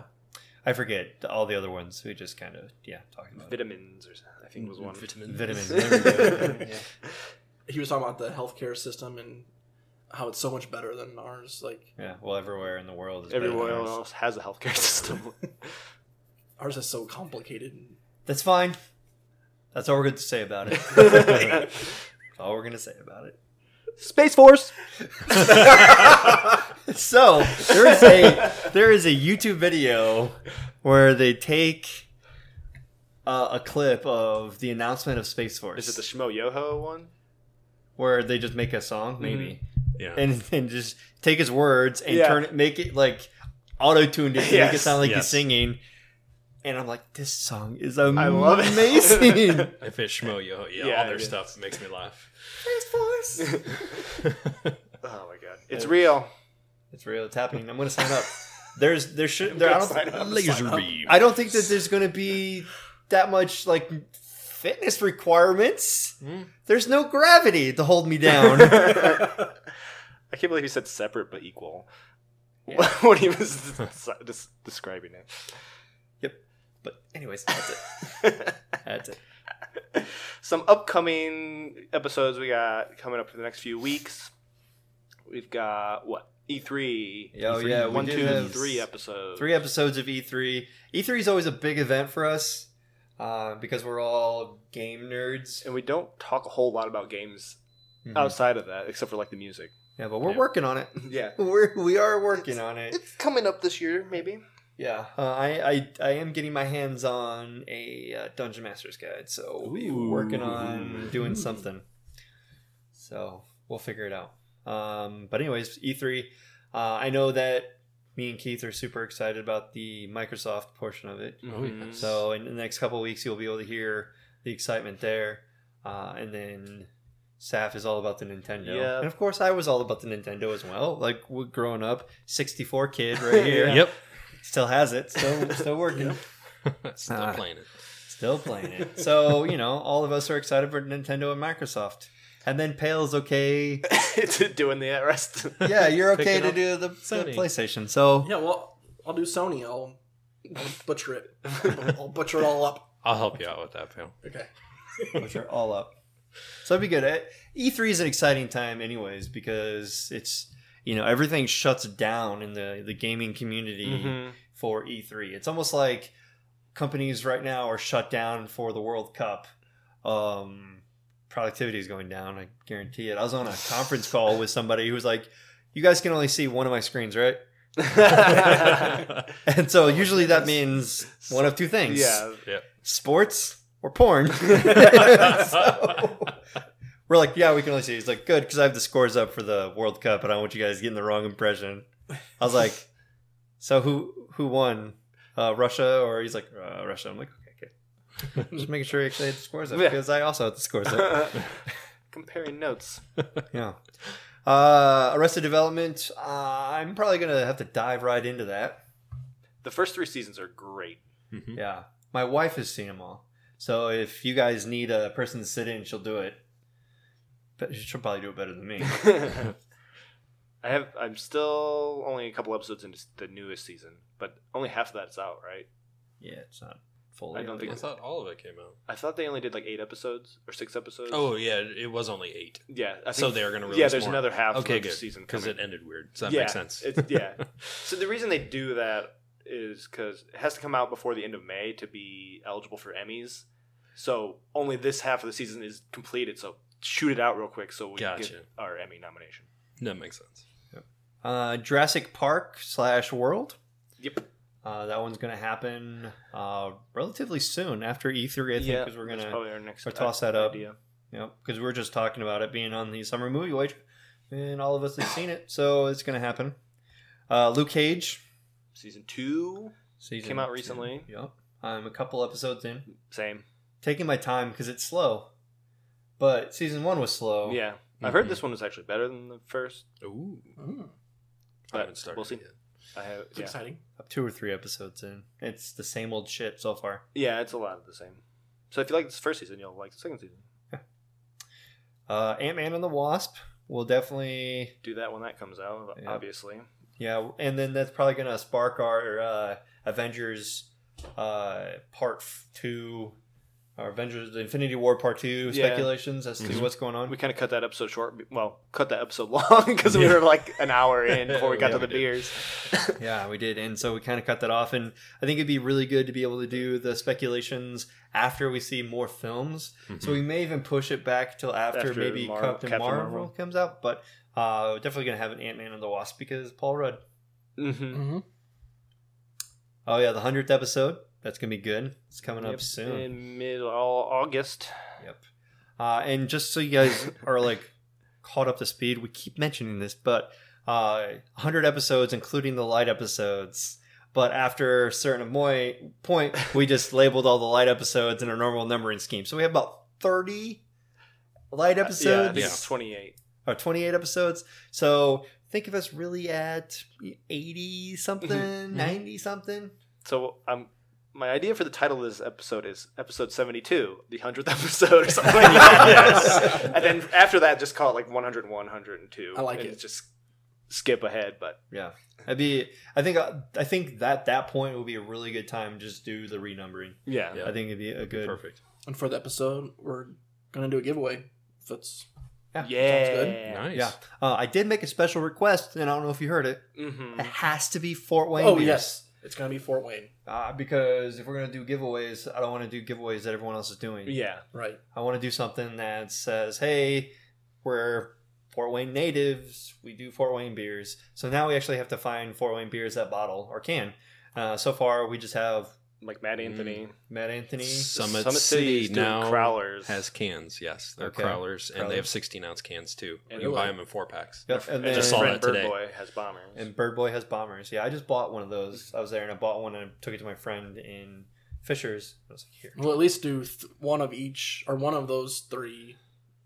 B: I forget all the other ones. We just kind of yeah talking about it.
D: Vitamins, or something, I think
E: Mm,
D: was one.
E: Vitamin.
B: vitamins. There we go. Yeah.
C: He was talking about the healthcare system and how it's so much better than ours. Like
B: Yeah, well, everywhere in the world is better than
D: Everyone
B: ours.
D: else has a healthcare system.
C: ours is so complicated. and-
B: That's fine. That's all we're going to say about it. That's all we're going to say about it.
D: Space Force.
B: So there is a there is a YouTube video where they take uh, a clip of the announcement of Space Force.
D: Is it the Shmo Yoho one?
B: where they just make a
D: Mm-hmm.
B: song maybe
E: Yeah.
B: and and just take his words and
D: Yeah.
B: turn it make it like auto tuned it to make it
D: Yes,
B: sound like he's
E: yes.
B: singing. And I'm like, this song is amazing. I
D: love it.
E: If it's Shmo, yo, yeah,
D: Yeah,
E: all their
D: it is.
E: stuff makes me laugh.
D: Oh my god, it's real.
B: it's real. It's happening. I'm gonna sign up. There's there should there, I don't
D: Sign up.
E: Laser beam.
B: I don't think that there's going to be that much like fitness requirements. There's no gravity to hold me down.
D: I can't believe you said separate but equal. what he was des- des- describing it.
B: but anyways, that's it. That's it.
D: Some upcoming episodes we got coming up for the next few weeks. We've got what E E3.
B: Oh,
D: E3,
B: yeah, we
D: one,
B: did
D: two,
B: have
D: three episodes.
B: Three episodes of E E3. E3 is always a big event for us uh, because we're all game nerds.
D: and we don't talk a whole lot about games
B: Mhm.
D: outside of that, except for like the music.
B: Yeah, but we're
E: Yeah.
B: working on it.
D: Yeah,
B: We're, we are working on it.
D: it's coming up this year, maybe.
B: Yeah, uh, I, I I am getting my hands on a uh, Dungeon Master's Guide, so we'll be
E: Ooh.
B: working on doing something. So we'll figure it out. Um, but anyways, E3. Uh, I know that me and Keith are super excited about the Microsoft portion of it.
E: Oh,
D: Mm.
E: yes.
B: So in the next couple of weeks, you'll be able to hear the excitement there, uh, and then Saf is all about the Nintendo,
D: Yeah.
B: and of course, I was all about the Nintendo as well. Like we're growing up, sixty four kid right here.
E: Yep.
B: Still has it. Still still working.
E: Still
B: Ah.
E: playing it.
B: Still playing it. So, you know, all of us are excited for Nintendo and Microsoft. And then Pale's okay.
D: Doing the rest.
B: Yeah, you're
E: Pick
B: okay
E: it
B: to
E: up.
B: do the, the
E: Sony.
B: PlayStation. So
C: Yeah, well, I'll do Sony. I'll, I'll butcher it. I'll butcher it all up.
E: I'll help you out with that, Phil.
C: Okay.
B: which are all up. So it'd be good. Eh, E3 is an exciting time, anyways, because it's you know everything shuts down in the the gaming community
E: Mm-hmm.
B: for E3. It's almost like companies right now are shut down for the World Cup. Um, productivity is going down. I guarantee it. I was on a conference call with somebody who was like, "You guys can only see one of my screens, right?" And so usually that means one of two things:
D: yeah,
B: sports or porn. So, we're like, yeah, we can only see. He's like, good, because I have the scores up for the World Cup, and I don't want you guys getting the wrong impression. I was like, so who who won? Uh, Russia or he's like uh, Russia. I'm like, okay, good. Just making sure he actually had the scores up
D: Yeah.
B: because I also had the scores up.
D: comparing notes.
B: yeah. Uh, Arrested Development. Uh, I'm probably gonna have to dive right into that.
D: The first three seasons are great.
B: Yeah. My wife has seen them all. So if you guys need a person to sit in, she'll do it. But she'll probably do it better than me.
D: I have. I'm still only a couple episodes into the newest season, but only half of that's out, right?
B: yeah, it's not fully.
D: I don't
E: I
D: think.
E: thought all of it came out.
D: I thought they only did like eight episodes or six episodes.
E: Oh yeah, it was only eight.
D: yeah. I
E: So
D: think-
E: they're gonna release
D: Yeah, there's
E: more.
D: another half.
E: okay,
D: of the
E: good.
D: Season
E: Because
D: coming.
E: it ended weird. So that
D: yeah,
E: makes sense.
D: It's, yeah. so the reason they do that is because it has to come out before the end of May to be eligible for Emmys. So only this half of the season is completed. So shoot it out real quick so we can get
E: Gotcha.
D: our Emmy nomination.
E: that makes sense.
B: Uh, Jurassic Park slash World.
D: Yep.
B: Uh, that one's going to happen uh, relatively soon after E3, I think, because we're going
D: that's
B: to.
D: probably our next
B: or toss that up.
D: idea.
B: Yep, because we are just talking about it being on the summer movie wage, and all of us have seen it, so it's going to happen. Uh, Luke Cage.
D: Season two,
B: Season
D: Came out
B: two.
D: recently.
B: Yep. I'm a couple episodes in.
D: same.
B: taking my time because it's slow. But season one was slow.
D: Yeah, I've heard
E: Mhm.
D: this one was actually better than the first.
E: Ooh,
C: Mm,
D: But
E: I haven't started.
D: we'll see.
E: yet.
D: I have.
C: it's
D: Yeah,
C: exciting.
B: Up two or three episodes in. It's the same old shit so far.
D: yeah, it's a lot of the same. So if you like this first season, you'll like the second season.
B: Uh, Ant Man and the Wasp will definitely,
D: Do that when that comes out,
B: Yep.
D: obviously.
B: yeah, and then that's probably gonna spark our uh, Avengers uh, Part f- Two our Avengers the Infinity War Part Two
D: Yeah. Mm-hmm.
B: speculations as to what's going on.
D: We kind of cut that episode short. be- Well, cut that episode long because we were like an hour in before we got
B: Yeah,
D: to the
B: we did.
D: beers.
B: Yeah, we did, and so we kind of cut that off. And I think it'd be really good to be able to do the speculations after we see more films. So we may even push it back till after,
D: After
B: maybe
D: Mar-
B: Captain,
D: Captain
B: Marvel,
D: Marvel.
B: comes out. But uh, we're definitely gonna have an Ant Man and the Wasp because Paul Rudd.
D: Mm-hmm.
C: Mm-hmm.
B: Oh yeah, the hundredth episode. That's gonna be good. It's coming up soon.
D: in mid all August.
B: Yep. Uh, and just so you guys are like caught up to speed, we keep mentioning this, but uh, 100 episodes, including the light episodes. But after a certain moi- point, we just labeled all the light episodes in a normal numbering scheme. So we have about 30 light
D: Uh, yeah, I
B: episodes
D: think it's 28.
B: or 28 episodes. So think of us really at 80 something, 90 something.
D: So um, my idea for the title of this episode is episode 72, the 100th episode or something like that. and then after that, just call it like 101, 102.
C: I like
D: and
C: it.
D: Just skip ahead, but
B: Yeah, I'd be. I think. I think that that point would be a really good time. to Just do the renumbering.
D: yeah.
E: Yeah.
B: I think it'd be a good.
E: Perfect.
C: And for the episode, we're gonna do a giveaway. If it's
B: Yeah.
D: Yeah.
E: Nice.
B: Yeah, uh, I did make a special request, and I don't know if you heard it.
D: hmm
B: It has to be Fort Wayne.
C: oh
B: beers.
C: yes, it's gonna be Fort Wayne,
B: uh, because if we're gonna do giveaways, I don't want to do giveaways that everyone else is doing.
D: Yeah.
C: right?
B: I want to do something that says, "Hey, we're Fort Wayne natives. We do Fort Wayne beers." So now we actually have to find Fort Wayne beers that bottle or can. Uh, so far, we just have
D: Like Matt Anthony.
B: Matt Anthony.
E: Summit,
D: Summit
E: City
D: City's doing
E: now
D: Crowlers.
E: has cans. Yes, they're
B: Okay.
E: crowlers, and they have
B: Crowlers.
E: 16 ounce cans too.
D: And
E: you can buy
D: really-
E: them in four packs.
B: Yep,
D: And,
B: and then
E: just saw
D: friend
E: that today.
D: Bird Boy has bombers.
B: And Bird Boy has bombers. Yeah, I just bought one of those. I was there and I bought one and I took it to my friend in Fisher's. I was like, here.
C: We'll at least do th- one of each or one of those three: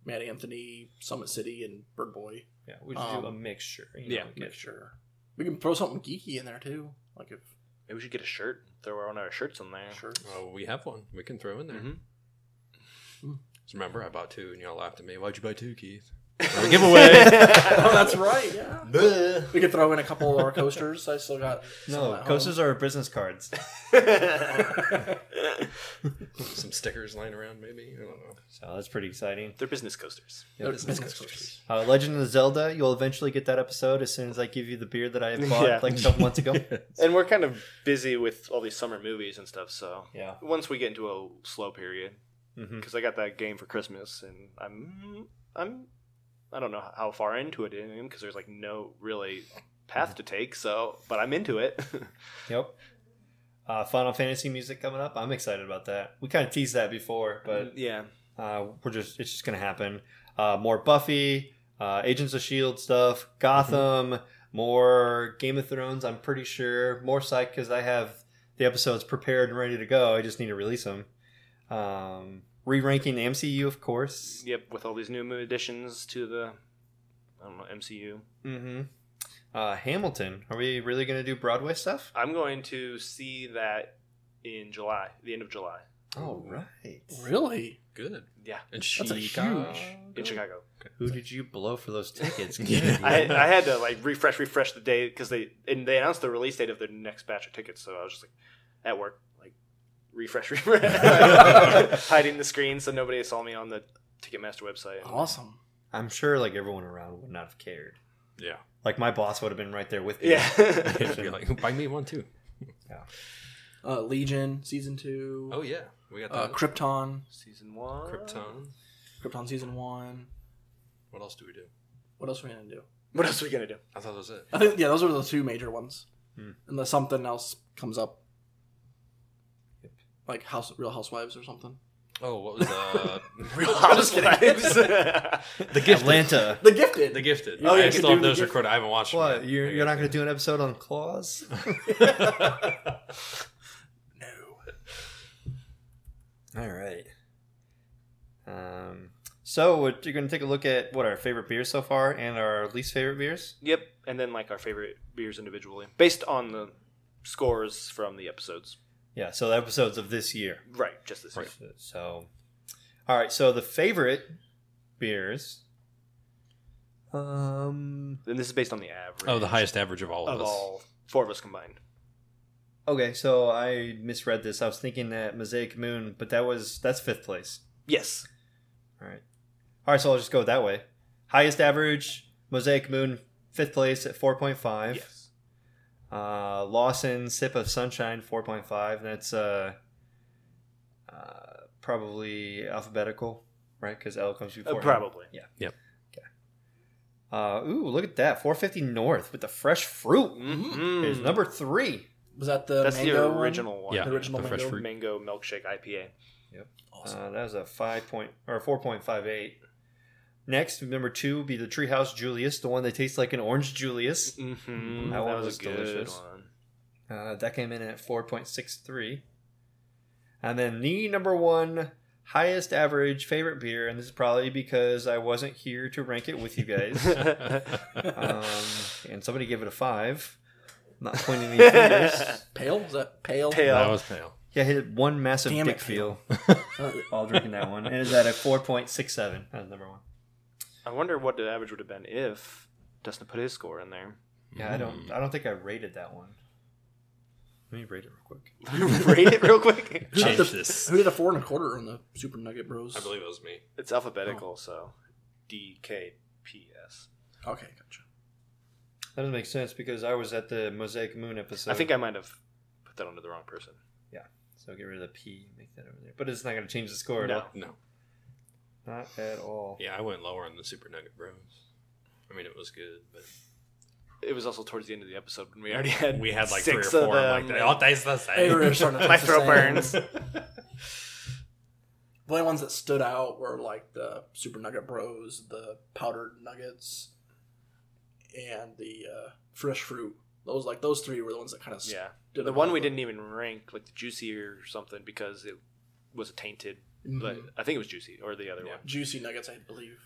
C: Matt Anthony, Summit City, and Bird Boy.
B: Yeah, we just
C: Um,
B: do a mixture. You
D: yeah,
B: know,
C: Make
B: get-
C: sure we can throw something geeky in there too, like if
D: Maybe we should get a shirt. Throw one of our shirts in there.
C: shirts.
E: Oh, we have one. We can throw in there.
D: Mhm.
E: Just remember, I bought two, and y'all laughed at me. Why'd you buy two, Keith? For a
C: oh,
E: giveaway.
C: that's right. Yeah. We could throw in a couple of our coasters. I still got some
B: No,
C: at
B: coasters are business cards.
E: Some stickers lying around, maybe. I don't know.
B: So that's pretty exciting.
D: They're business coasters.
C: They're
E: Business
C: business
E: coasters.
B: Uh, Legend of Zelda, you'll eventually get that episode as soon as I give you the beer that I had bought
D: Yeah.
B: like a couple months ago.
D: And we're kind of busy with all these summer movies and stuff, so
B: yeah.
D: once we get into a slow period,
E: Mm.
B: hmm
D: because I got that game for Christmas, and I'm I'm I don't know how far into it I am because there's like no really
E: Mm.
D: path to take. So, but I'm into it.
B: Yep. Uh, Final Fantasy music coming up. I'm excited about that. We kind of teased that before, but
D: yeah,
B: Uh, we're just it's just gonna happen. Uh, more Buffy, uh, Agents of Shield stuff,
D: Mm-hmm.
B: Gotham, more Game of Thrones. I'm pretty sure more psych because I have the episodes prepared and ready to go. I just need to release them. Um, re-ranking the MCU, of course.
D: yep. With all these new mo- additions to the I don't know MCU,
B: Mm-hmm. Uh, Hamilton. Are we really gonna do Broadway stuff?
D: I'm going to see that in July, the end of July
B: All right.
C: Really?
E: Good.
D: Yeah.
E: And
C: That's a
E: Chicago.
D: in Chicago.
B: Who did you blow for those tickets?
E: Yeah.
D: I, I had to like refresh, refresh the day because they and they announced the release date of their next batch of tickets. So I was just like at work, like refresh, refresh, hiding the screen so nobody saw me on the Ticketmaster website.
C: Awesome.
B: I'm sure like everyone around would not have cared.
E: Yeah.
B: Like my boss would have been right there with me.
D: Yeah,
E: It'd be like, buy me one too.
C: Uh, Legion season two.
E: Oh yeah, we got that.
C: Uh, Krypton.
D: season one,
E: Krypton.
C: Krypton season one.
E: What else do we do?
C: What else are we gonna do?
D: What else are we gonna do?
E: I thought that was it.
C: I think yeah, those are the two major ones.
B: Hmm.
C: Unless something else comes up, like House Real Housewives or something.
E: Oh, what was the
D: Real
C: Housewives.
E: the
B: Atlanta.
C: The Gifted.
E: The Gifted.
C: Oh, yeah,
E: I
C: you
E: still
C: could
E: have
C: do The
E: those
C: Gifted.
E: recorded. I haven't watched. them
B: What?
E: yet.
B: You're,
E: I
B: you're not
E: got
B: going to do an episode on claws?
C: no.
B: All right. Um, so what, you're going to take a look at what our favorite beers so far and our least favorite beers.
D: Yep, and then like our favorite beers individually, based on the scores from the episodes.
B: Yeah. So the episodes of this year.
D: Right, just this. year.
B: So, all right. So the favorite beers. Um.
D: And this is based on the average
E: Oh, the highest average Oh, of all of,
D: of
E: us.
D: all four of us combined.
B: Okay, so I misread this. I was thinking that Mosaic Moon, but that was that's fifth place.
D: Yes.
B: All right. All right, so I'll just go that way. Highest average, Mosaic Moon, fifth place at 4.5.
D: Yes.
B: Uh, Lawson, Sip of Sunshine, 4.5. That's uh, uh, probably alphabetical, right? Because L comes
D: Uh,
B: before. him.
D: probably.
B: Uh, ooh, look at that. 450 North with the fresh fruit
D: Mm.
B: is number three.
C: Was that the
D: That's
C: mango
D: the
C: one?
D: original one.
E: Yeah,
C: The original
E: the fresh
C: mango.
E: fruit.
D: Mango milkshake IPA.
C: Awesome.
B: Uh, that was a five point or four point five eight. Next, number two would be the Treehouse Julius, the one that tastes like an orange Julius.
D: Mm-hmm.
B: That
D: That,
B: one
D: was,
B: was
D: a good
B: delicious.
D: one.
B: Uh, that came in at four point six three. And then the number one highest average favorite beer, and this is probably because I wasn't here to rank it with you guys. um, and somebody gave it a five. Not pointing any fingers.
C: Pale? Is that pale?
D: Pale.
E: That was pale.
B: Yeah, I hit one massive
C: Damn it,
B: dick feel
C: Uh,
B: while drinking that one. And it's at a four point six seven. That's number one.
D: I wonder what the average would have been if Dustin put his score in there.
B: Yeah, I don't. I don't think I rated that one. Let me rate it real quick.
D: Rate it real quick.
C: who, did
E: Change
C: the,
E: this.
C: who did the four and a quarter on the Super Nugget Bros?
E: I believe it was me.
D: It's alphabetical, so D K P S.
C: Okay, gotcha.
B: That doesn't make sense because I was at the Mosaic Moon episode.
D: I think I might have put that under the wrong person.
B: so. Get rid of the P. and Make that over there. But it's not going to change the score at
D: No.
B: all.
E: No.
B: Not at all.
E: Yeah, I went lower on the Super Nugget Bros. I mean, it was good, but
D: It was also towards the end of the episode when we already had
E: we had like three or
D: six
E: four
D: of
E: like
D: them.
E: that. All tastes the
C: They were
E: same.
C: starting to
D: My
C: taste the
D: throat
C: same.
D: burns.
C: The only ones that stood out were like the Super Nugget Bros, the powdered nuggets, and the uh, fresh fruit. Those like those three were the ones that kind of
D: Yeah,
C: stood
D: the one
C: out.
D: we didn't even rank like the juicy or something because it was tainted.
C: Mhm.
D: But I think it was juicy or the other
E: Yeah.
D: one.
C: juicy nuggets, I believe.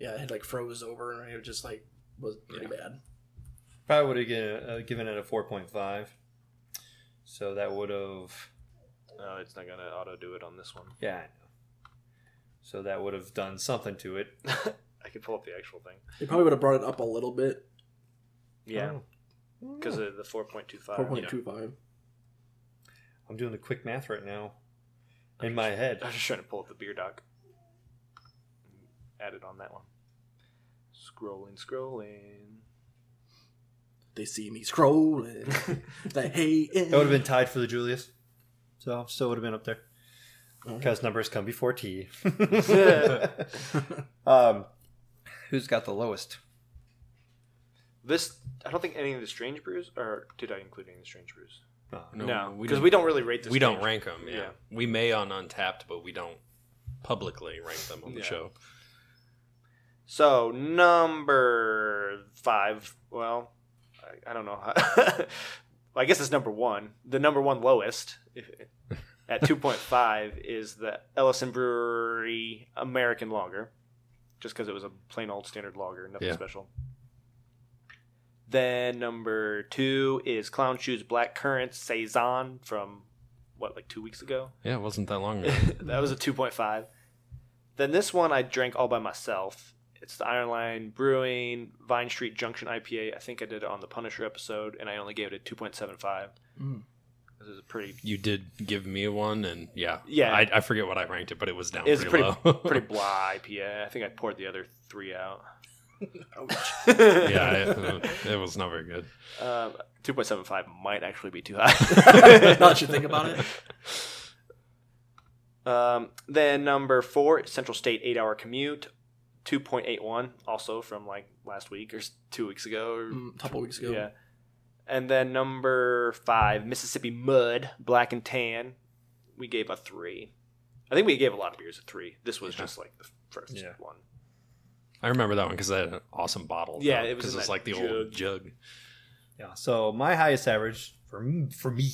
C: Yeah, it had like froze over, and it just like was pretty bad.
B: Probably would have given, uh, given it a four point five. So that would have.
D: No, Uh, it's not gonna auto do it on this one.
B: Yeah. I know. So that would have done something to it.
D: I could pull up the actual thing.
C: They probably would have brought it up a little bit,
D: Yeah,
B: Oh.
D: because of the four point two
C: four
D: five.
C: point two five.
B: I'm doing the quick math right now. In my head.
D: I'm just trying to pull up the beer doc. Added on that one. Scrolling, scrolling.
C: They see me scrolling, they hate.
B: That would have been tied for the Julius. So still would have been up there.
C: Oh.
B: Because numbers come before T. um, who's got the lowest?
D: This I don't think any of the strange brews, or did I include any of the strange brews?
B: Oh,
D: No,
E: we
D: because
E: don't-
D: we, don't really rate. The
E: we don't
D: Strange-
E: rank them. Yeah.
D: Yeah.
E: we may on Untapped, but we don't publicly rank them on the
D: Yeah.
E: show.
D: So number five. Well, I, I don't know. How, I guess it's number one. The number one lowest if, at two point five is the Ellison Brewery American Lager, just because it was a plain old standard lager, nothing
E: Yeah.
D: special. Then number two is Clown Shoes Black Currant saison from what like two weeks ago.
E: Yeah, it wasn't that long ago.
D: that was a 2.5. Then this one I drank all by myself. It's the Iron Line Brewing Vine Street Junction IPA. I think I did it on the Punisher episode, and I only gave it a 2.75.
C: Mm.
D: This is a pretty,
E: you did give me one, and yeah,
D: Yeah.
E: I, I forget what I ranked it, but it was down.
D: it was a
E: pretty,
D: pretty,
E: low.
D: pretty blah IPA. I think I poured the other three out.
C: Ouch.
E: yeah, uh, it, it was not very good.
D: Um, 2.75 might actually be too high.
C: Now Mm. that you think about it,
D: Um, then number four, Central State eight hour commute, two point eight one, also from like last week or s- two weeks ago. Or,
C: Mm, a couple weeks ago.
D: Yeah. And then number five, Mississippi Mud, black and tan. We gave a three. I think we gave a lot of beers a three. This was
E: Yeah.
D: just like the first
B: Yeah.
D: one.
E: I remember that one because I had an awesome bottle.
D: Yeah, it was
E: 'cause
D: in
E: it's
D: that
E: like the old jug.
B: Yeah. So my highest average for m- for me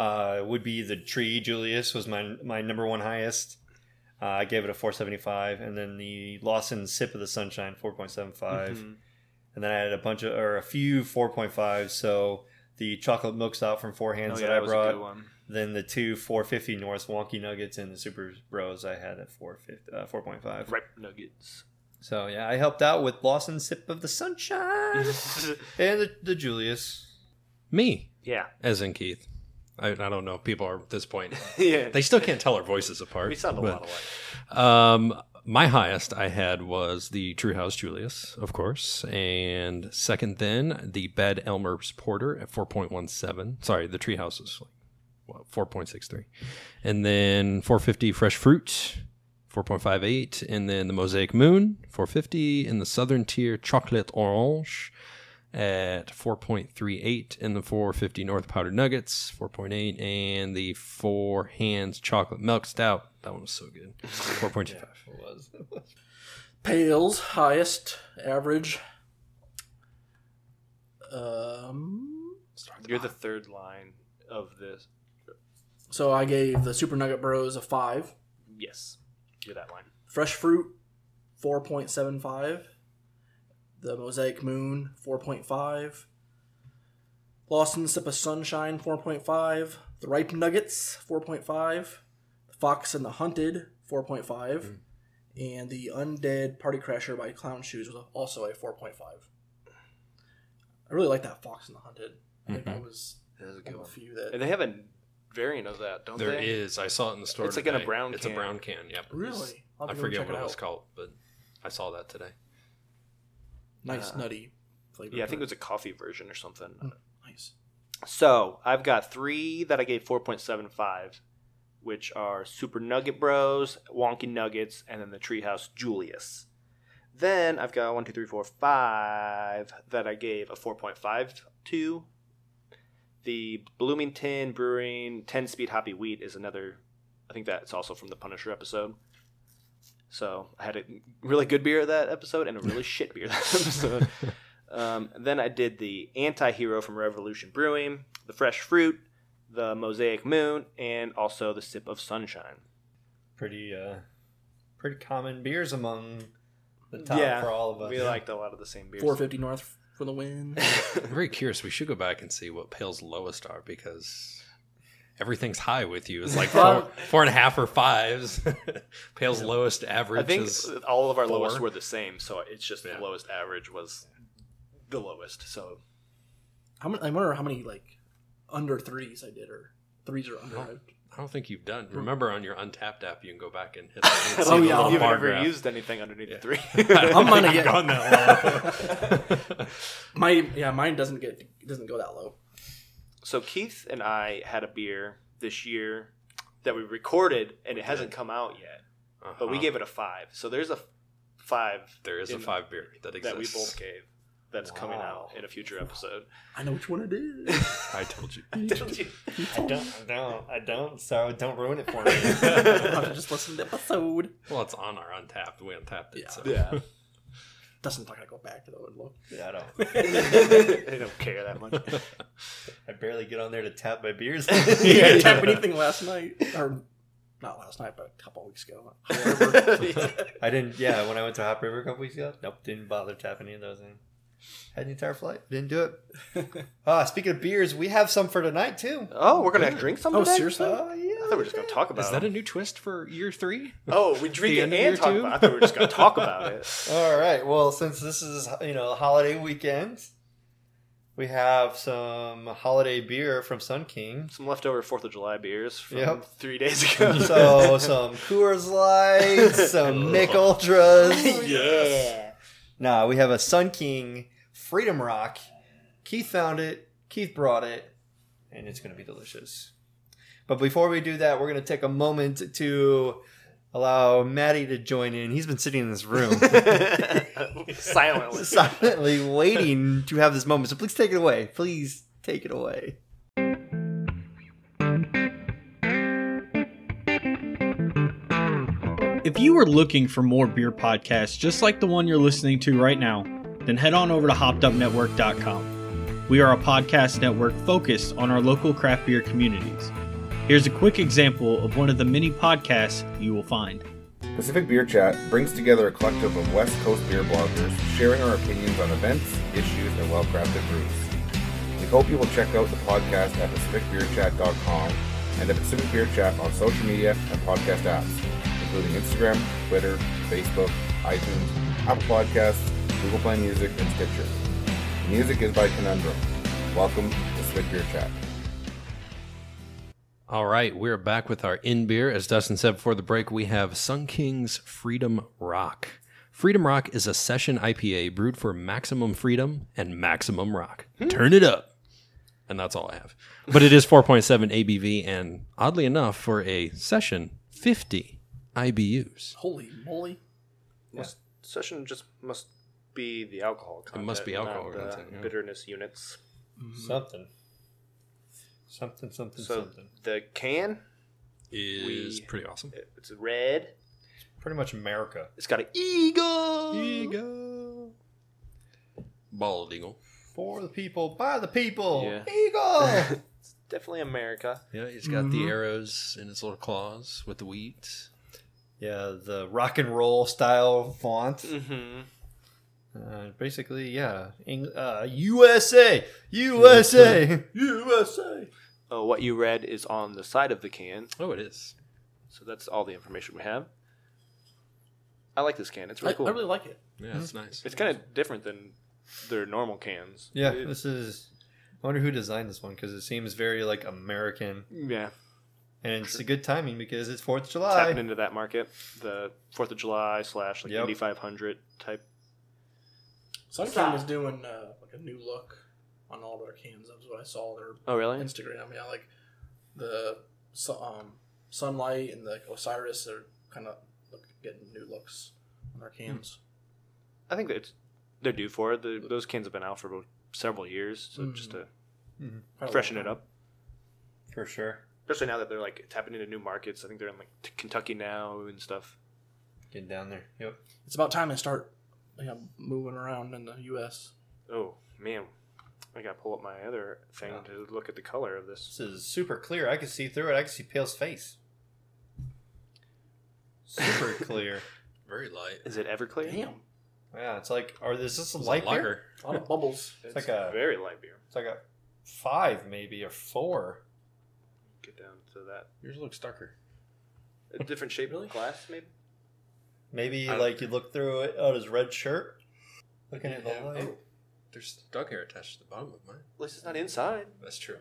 B: uh, would be the tree. Julius was my my number one highest. Uh, I gave it a 475, and then the Lawson Sip of the Sunshine 4.75,
D: Mhm.
B: and then I had a bunch of or a few 4.5. So the chocolate milk stout from Four Hands
D: Oh, yeah,
B: that I
D: that was a
B: brought,
D: good one.
B: then the two 450 North Wonky Nuggets and the Super Bros I had at 450, uh, 4.5.
D: Ripe nuggets.
B: So yeah, I helped out with Lawson Sip of the Sunshine and the, the Julius.
E: Me,
D: Yeah.
E: as in Keith. I, I don't know. People are at this point.
D: yeah.
E: They still can't tell our voices apart.
D: we sound a
E: but-
D: lot alike.
E: Um, my highest I had was the True House Julius, of course, and second then the Bed Elmer's Porter at four point one seven. Sorry, the Tree House was like four point six three, and then four fifty Fresh Fruit, four point five eight, and then the Mosaic Moon four fifty, and the Southern Tier Chocolate Orange at 4.38 and the 450 north powdered nuggets 4.8 and the four hands chocolate milk stout that one was so good 4.25
C: Pale's highest average. Um,
D: You're the third line of this.
C: so I gave the Super Nugget Bros a five.
D: Yes. You're that line.
C: Fresh Fruit, four point seven five. The Mosaic Moon, four point five. Lawson Sip of Sunshine, four point five. The Ripe Nuggets, four point five. The Fox and the Hunted, four point five. And the Undead Party Crasher by Clown Shoes was also a four point five. I really like that Fox and the Hunted. I
E: Mm-hmm.
C: think that was
D: That is a
C: one of the few that
D: And they have a variant of that, don't
E: There
D: they?
E: is. I saw it in the store.
D: It's like in a
E: today.
D: brown
E: It's a
D: can.
E: brown can. Yep.
C: really. I'll have
E: I
C: to go
E: forget
C: check
E: what it was
C: out.
E: called, but I saw that today.
C: Nice
D: Uh,
C: nutty flavor.
D: Yeah, I think it
C: to
D: was a coffee version or something.
C: nice.
D: So I've got three that I gave 4.75, which are Super Nugget Bros, Wonky Nuggets, and then the Treehouse Julius. Then I've got one, two, three, four, five that I gave a 4.5 to. The Bloomington Brewing 10 Speed Hoppy Wheat is another, I think that's also from the Punisher episode. So I had a really good beer that episode and a really shit beer that episode. Um, then I did the anti hero from Revolution Brewing, the Fresh Fruit, the Mosaic Moon, and also the Sip of Sunshine.
B: Pretty uh, pretty common beers among the top for all of us.
D: We liked a lot of the same beers.
C: Four fifty north for the win.
E: I'm very curious. We should go back and see what Pale's lowest are because everything's high with you. It's like four, four and a half or fives. Pale's lowest
D: I
E: average
D: think
E: is
D: all of our
E: four.
D: lowest were the same, so it's just
E: Yeah.
D: the lowest average was the lowest. So
C: How many, I wonder how many like under threes I did or threes or under.
E: I don't think you've
D: Hmm.
E: done. Remember on your Untapped app, you can go back and hit. and see
C: Oh,
E: the
C: yeah,
E: little
D: you've
E: bar
D: never
E: graph.
D: used anything underneath
E: Yeah.
D: the three.
E: I'm
C: gonna
E: gonna
C: get-
E: get gone that long.
C: My yeah, mine doesn't get doesn't go that low.
D: so Keith and I had a beer this year that we recorded, and it hasn't come out yet, but we
E: Uh-huh.
D: gave it a five. So there's a five
E: There is a
D: in-
E: five beer that exists.
D: that we both gave that's coming out
B: Wow.
D: in a future episode.
C: I know which one it is.
E: I told you.
B: I don't, I don't, I don't. So don't ruin it for me.
C: I'll have to just listen to the episode.
E: Well, it's on our untapped. We untapped it.
C: Yeah.
E: So.
D: yeah,
C: Dustin's not gonna go back though and look.
B: yeah, I don't.
D: I don't care that much.
B: I barely get on there to tap my beers.
C: He didn't tap anything last night or not last night, but a couple weeks ago. Oh,
B: I didn't. Yeah, when I went to Hop River a couple weeks ago, nope, didn't bother tapping any of those in. Had an entire flight, didn't do it. Ah, speaking of beers, we have some for tonight too.
D: Oh, we're gonna drink something.
C: Oh,
D: today?
C: seriously?
B: Oh yeah,
D: I thought we were just gonna talk about
E: Is that a
D: it.
E: new twist for year three?
D: Oh, we drink
E: The
D: it
E: end of your
D: and talk
E: tube?
D: about it. I thought we were just gonna talk about it.
B: All right. Well, since this is you know holiday weekend, we have some holiday beer from Sun King.
D: Some leftover Fourth of July beers from
B: Yep.
D: three days ago.
B: So some Coors Lights, some Mick Ultras.
D: yeah.
B: Nah, we have a Sun King Freedom Rock. Keith found it. Keith brought it, and it's gonna be delicious. But before we do that, we're gonna take a moment to allow Maddie to join in. He's been sitting in this room.
D: Silently.
B: silently waiting to have this moment. So please take it away. Please take it away.
F: If you are looking for more beer podcasts just like the one you're listening to right now, then head on over to hoppedupnetwork.com. We are a podcast network focused on our local craft beer communities. Here's a quick example of one of the many podcasts you will find.
G: Pacific Beer Chat brings together a collective of West Coast beer bloggers sharing our opinions on events, issues, and well crafted brews. We hope you will check out the podcast at PacificBeerChat.com and the Pacific Beer Chat on social media and podcast apps, including Instagram, Twitter, Facebook, iTunes, Apple Podcasts, Google Play Music, and Stitcher. Music is by Conundrum. Welcome to Pacific Beer Chat.
E: All right, we're back with our in beer. As Dustin said before the break, we have Sun King's Freedom Rock. Freedom Rock is a session IPA brewed for maximum freedom and maximum rock. Turn it up. And that's all I have. But it is 4.7 ABV and oddly enough for a session 50 IBUs.
C: Holy moly!
D: Session just must be the alcohol content.
E: must be alcohol
D: not the
E: content, yeah.
D: Bitterness units.
B: Something. Something, something,
D: So
B: something.
D: the can,
E: Is
D: We-
E: pretty awesome.
D: it's red.
B: Pretty much America.
D: It's got an eagle.
E: Eagle. Bald eagle.
B: For the people, by the people.
D: Yeah.
B: Eagle!
D: Definitely America.
E: Yeah, he's got the arrows in his little claws with the wheat.
B: yeah, the rock and roll style font.
D: Mm-hmm.
B: Uh, basically, yeah. Eng- uh, USA! USA!
C: USA.
D: Oh, what you read is on the side of the can.
E: Oh, it is.
D: So that's all the information we have. I like this can. It's really
C: I,
D: cool.
C: I really like it.
E: Yeah, it's nice.
D: It's kind of different than their normal cans.
B: yeah,
D: It-
B: this is. I wonder who designed this one because it seems very like American,
D: yeah.
B: and it's a good timing because it's Fourth of
D: Tapping
B: July.
D: into that market, the Fourth of July slash like
B: Yep.
D: Indy 500 type.
C: Sun King is doing uh, like a new look on all their cans. That was what I saw. Their
D: Oh, really?
C: Instagram. Yeah, like the su- um, sunlight and the Osiris are kind of look, getting new looks on
D: Hmm.
C: their cans.
D: I think that it's they're due for it. The, those cans have been out for about several years, so just to
C: Probably
D: freshen it up.
B: For sure.
D: Especially now that they're like tapping into new markets. I think they're in like t- Kentucky now and stuff.
B: Get down there. Yep.
C: It's about time they start you know, moving around in the U.S.
D: Oh man, I gotta pull up my other thing to look at the color of this.
B: This is super clear. I can see through it. I can see Pale's face. Super clear.
E: Very light.
D: Is it Everclear?
C: Damn,
B: Yeah, it's like, are is this a
E: It's
B: light beer?
E: lager.
C: a lot of bubbles.
D: It's
B: like a-
D: very light beer.
B: It's like a five, maybe or four.
D: Get down to that
E: Yours looks darker.
D: a different shape glass, maybe.
B: Maybe
E: I don't-
B: like you look through it out his red shirt, looking at the
E: Yeah.
B: light.
E: Oh, there's dog hair attached to the bottom of mine.
D: At least it's not inside.
E: That's true.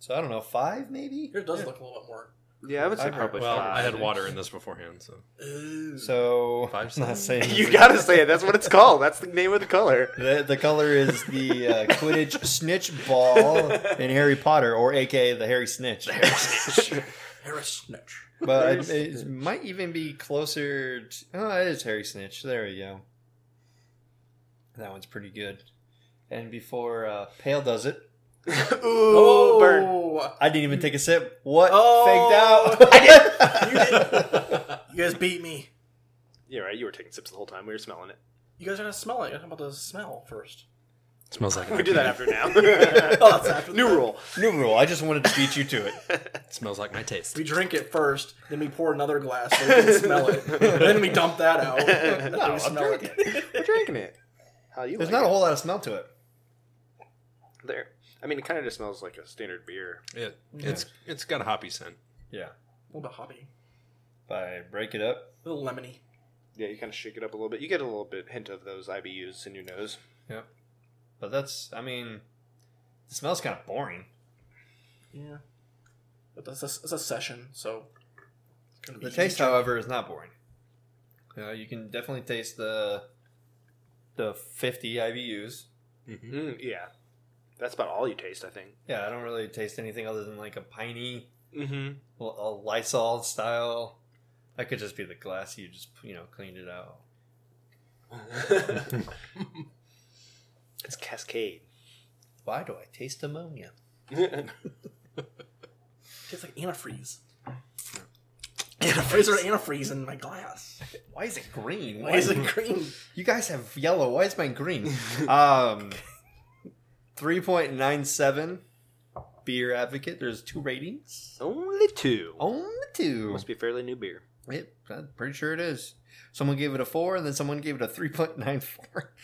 B: So I don't know, five maybe.
C: Yours does look a little bit more.
D: Yeah, I would
B: say I've heard- probably
E: Well, I had
B: Five.
E: water in this beforehand, so
C: Ooh.
B: So
E: Five
B: I'm not
E: cents.
B: saying
D: you
B: this-
D: gotta say it. That's what it's called. That's the name of the color.
B: The, the color is the uh, Quidditch snitch ball in Harry Potter, or AKA the Harry Snitch.
C: Harris Snitch.
B: But it, it might even be closer. To, oh, it is Harry Snitch. There we go. That one's pretty good. And before uh, Pale does it,
D: Ooh,
C: Oh,
D: burn.
B: I didn't even take a sip. What
C: Oh.
B: faked out?
C: You guys beat me.
D: You're right. You were taking sips the whole time. We were smelling it.
C: You guys are gonna smell it. You're talking about the smell first.
E: smells like
D: We
E: an
D: do that after now.
C: Oh, that's after the
D: New
C: fact.
D: rule.
B: New rule. I just wanted to beat you to it.
E: it smells like my taste.
C: We drink it first, then we pour another glass so we can smell it. then we dump that out. No,
B: I'm drinking
D: We're drinking it. How you?
B: There's
D: like
B: not a
D: it.
B: whole lot of smell to it.
D: there. I mean, it kind of just smells like a standard beer.
E: It, It's it's got a hoppy scent.
B: Yeah.
C: A little bit hoppy.
B: If I break it up.
C: A little lemony.
D: Yeah, you kind of shake it up a little bit. You get a little bit hint of those IBUs in your nose.
B: Yep. But that's, I mean, the smell's kind of boring.
C: Yeah. But that's a, it's a session, so. it's gonna be
B: The taste,
C: easier.
B: however, is not boring. You, know, you can definitely taste the the 50 IBUs.
D: Mm, yeah, that's about all you taste, I think.
B: Yeah, I don't really taste anything other than like a piney,
D: Mm-hmm.
B: a a Lysol style. That could just be the glass you just you know cleaned it out.
D: Mm-hmm. It's Cascade.
B: Why do I taste ammonia?
C: tastes like antifreeze. Antifreeze or antifreeze in my glass.
B: Why is it green?
C: Why is it green?
B: You guys have yellow. Why is mine green? um, three point nine seven. Beer Advocate. There's two ratings.
D: Only two.
B: Only two.
D: Must be a fairly new beer.
B: Yep, I'm pretty sure it is. Someone gave it a four, and then someone gave it a three point nine four.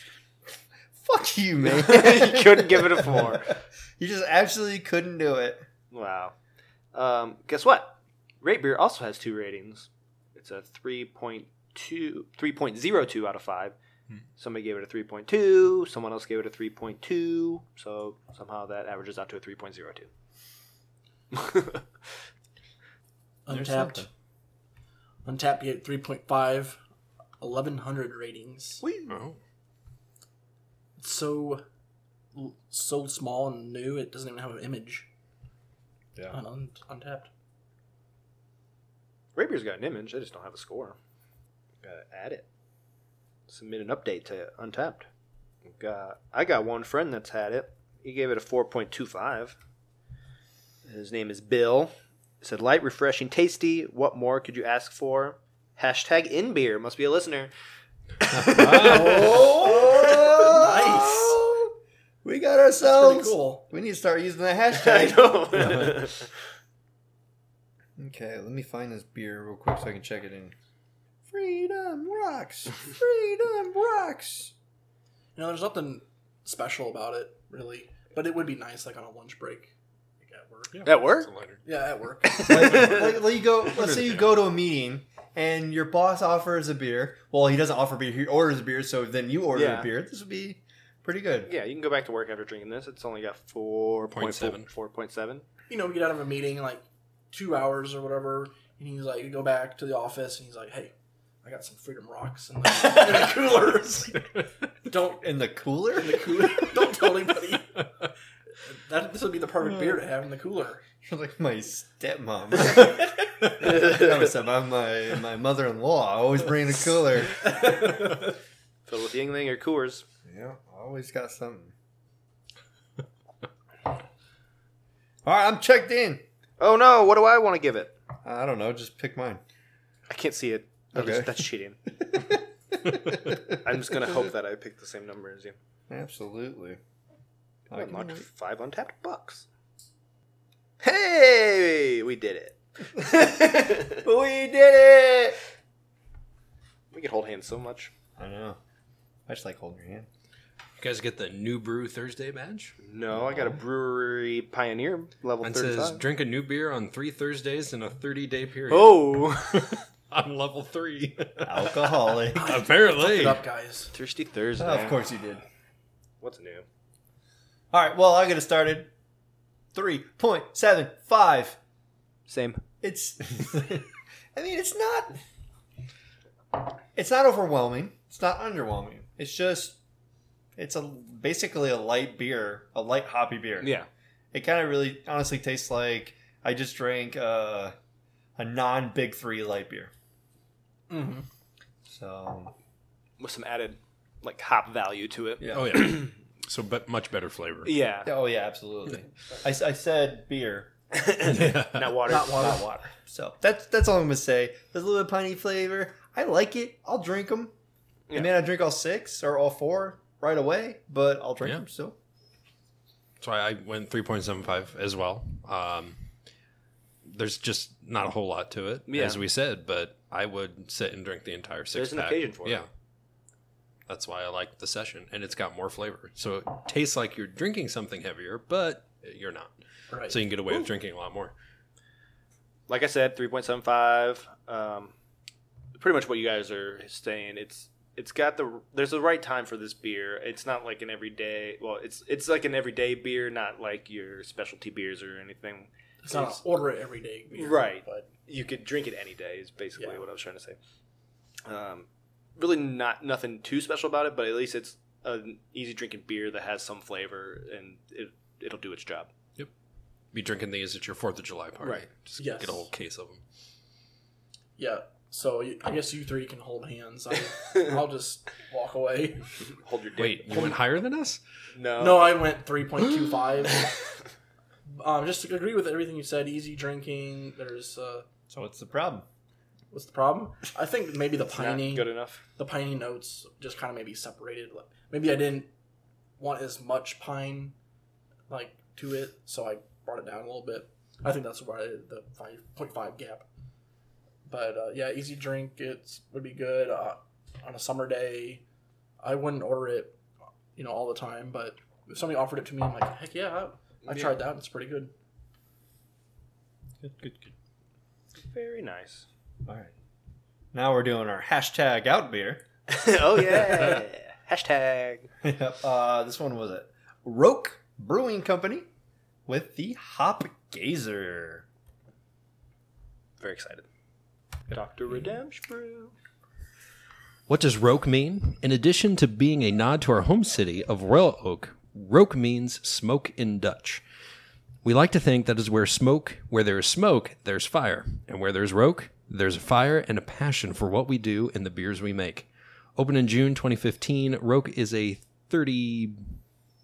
B: Fuck you, man!
D: you couldn't give it a four.
B: You just absolutely couldn't do it.
D: Wow. Um, guess what? Rate Beer also has two ratings. It's a 3.2, 3.02 out of 5 Somebody gave it a 3.2. Someone else gave it a 3.2. So somehow that averages out to a 3.02.
C: Untapped. Untapped get 3.5, 1100 ratings.
E: Oh,
C: It's so so small and new, it doesn't even have an image.
E: Yeah.
C: On un- Untapped.
D: Rapier's got an image. They just don't have a score. Gotta add it. Submit an update to Untapped. Got, I got one friend that's had it. He gave it a 4.25. His name is Bill. He said, light, refreshing, tasty. What more could you ask for? Hashtag in beer. Must be a listener.
B: Oh, nice. We got
C: That's
B: ourselves.
C: pretty cool.
B: We need to start using the
D: I
B: hashtag.
D: know.
B: okay, let me find this beer real quick so I can check it in. Freedom rocks. Freedom rocks.
C: You know, there's nothing special about it, really. But it would be nice, like on a lunch break, like at work. Yeah,
D: that worked?
C: at work.
B: like, like, like you go, let's say you go to a meeting and your boss offers a beer. Well, he doesn't offer beer; he orders a beer. So then you order
D: Yeah.
B: a beer. This would be pretty good.
D: Yeah, you can go back to work after drinking this. It's only got 4.7.
E: 0.7.
D: 4.7.
C: you know, we get out of a meeting in like two hours or whatever, and he's like, you go back to the office, and he's like, hey, I got some freedom rocks in the, in the coolers. don't
B: In the cooler,
C: in the cooler. Don't tell anybody. That this would be the perfect beer to have in the cooler.
B: you're like my stepmom. Not my stepmom, my my mother-in-law. I always bring the cooler.
D: Filled with Yingling or Coors.
B: Yeah, always got something. All right, I'm checked in.
D: Oh no, what do I want to give it?
B: I don't know. Just pick mine.
D: I can't see it. That is-
B: Okay.
D: that's cheating. I'm just gonna hope that I pick the same number as you.
B: Absolutely.
D: I
B: I can
D: unlocked
B: wait.
D: five untapped bucks. Hey, we did it.
B: We did it.
D: we could hold hands so much.
B: I know. I just like holding your hand.
E: you guys get the new brew Thursday badge.
D: No, I got a brewery pioneer level
E: Mine says
D: 35.
E: drink a new beer on three Thursdays in a 30 day period.
D: oh,
E: I'm level three.
B: Alcoholic.
E: Apparently.
C: Get up, guys.
D: thirsty Thursday.
B: Oh, of course you did.
D: What's new?
B: All right, well, I got it started. 3.75.
D: Same.
B: It's I mean, it's not it's not overwhelming. It's not underwhelming. It's just it's a basically a light beer, a light hoppy beer.
D: Yeah.
B: It kind of really honestly tastes like I just drank uh, a non big 3 light beer.
C: Mm-hmm.
B: So,
D: With some added like hop value to it.
B: yeah.
E: Oh, yeah. so, but much better flavor.
D: Yeah.
B: Oh yeah, absolutely. I, s- I said beer,
D: Not water.
B: not water. Not water. So that's that's all I'm gonna say. There's a little bit of piney flavor. I like it. I'll drink them.
D: Yeah.
B: I mean, I drink all six or all four right away, but I'll drink
E: Yeah.
B: them still.
E: So I I went 3.75 as well. Um, there's just not a whole lot to it,
D: Yeah.
E: as we said, but I would sit and drink the entire six
D: There's an
E: pack.
D: occasion for it.
E: Yeah. That's why I like the session, and it's got more flavor. So it tastes like you're drinking something heavier, but you're not.
C: Right.
E: So you can get away with drinking a lot more.
D: like I said, three point seven five. Um, pretty much what you guys are saying. It's it's got the there's the right time for this beer. It's not like an everyday. Well, it's it's like an everyday beer, not like your specialty beers or anything.
C: it's not
D: it's-
C: an order it every day. beer,
D: Right.
C: But
D: You could drink it any day. Is basically
C: Yeah.
D: what I was trying to say. Um, really not nothing too special about it, but at least it's an easy drinking beer that has some flavor and it it'll do its job.
E: Be drinking these at your Fourth of July party.
D: Right.
E: Just
C: Yes.
E: get a whole case of them.
C: yeah. So you, I guess you three can hold hands. I, I'll just walk away.
D: Hold your dick.
E: Wait, you went higher than us?
D: no,
C: No, I went 3.25. um, just agree with everything you said. Easy drinking. There's uh,
B: So what's the problem?
C: what's the problem? I think maybe the
D: it's not
C: piney,
D: good enough.
C: the piney notes just kind of maybe separated. Like, Maybe I didn't want as much pine like to it, so I brought it down a little bit. I think that's why the 5.5 gap. But uh, yeah, easy drink. It would be good uh, on a summer day. I wouldn't order it, you know, all the time. But if somebody offered it to me, I'm like, heck yeah, I,
D: Yeah.
C: I tried that. It's pretty good.
B: Good, good, good.
D: Very nice.
B: All right. Now we're doing our hashtag out beer.
D: oh yeah. Hashtag.
B: uh, this one was it. Roke Brewing Company with the Hop Gazer.
D: Very excited. Doctor Redemption Brew.
E: What does Roke mean? In addition to being a nod to our home city of Royal Oak, Roke means smoke in Dutch. We like to think that is where smoke, where there is smoke, there's fire. And where there's Roke, there's a fire and a passion for what we do and the beers we make. Opened in June 2015, Roke is a 30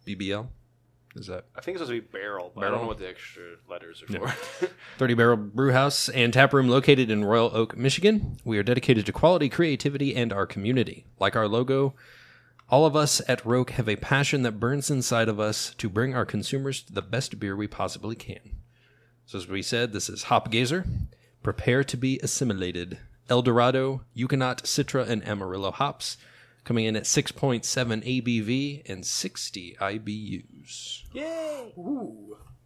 E: BBL. Is that
D: I think it's supposed to be barrel, but I don't know what the extra letters are for.
E: 30 Barrel Brew House and Tap Room located in Royal Oak, Michigan. We are dedicated to quality, creativity, and our community. Like our logo, all of us at Roke have a passion that burns inside of us to bring our consumers the best beer we possibly can. So, as we said, this is Hop Gazer. Prepare to be assimilated. El Dorado, Yukonot, Citra, and Amarillo hops coming in at 6.7 ABV and 60 IBUs.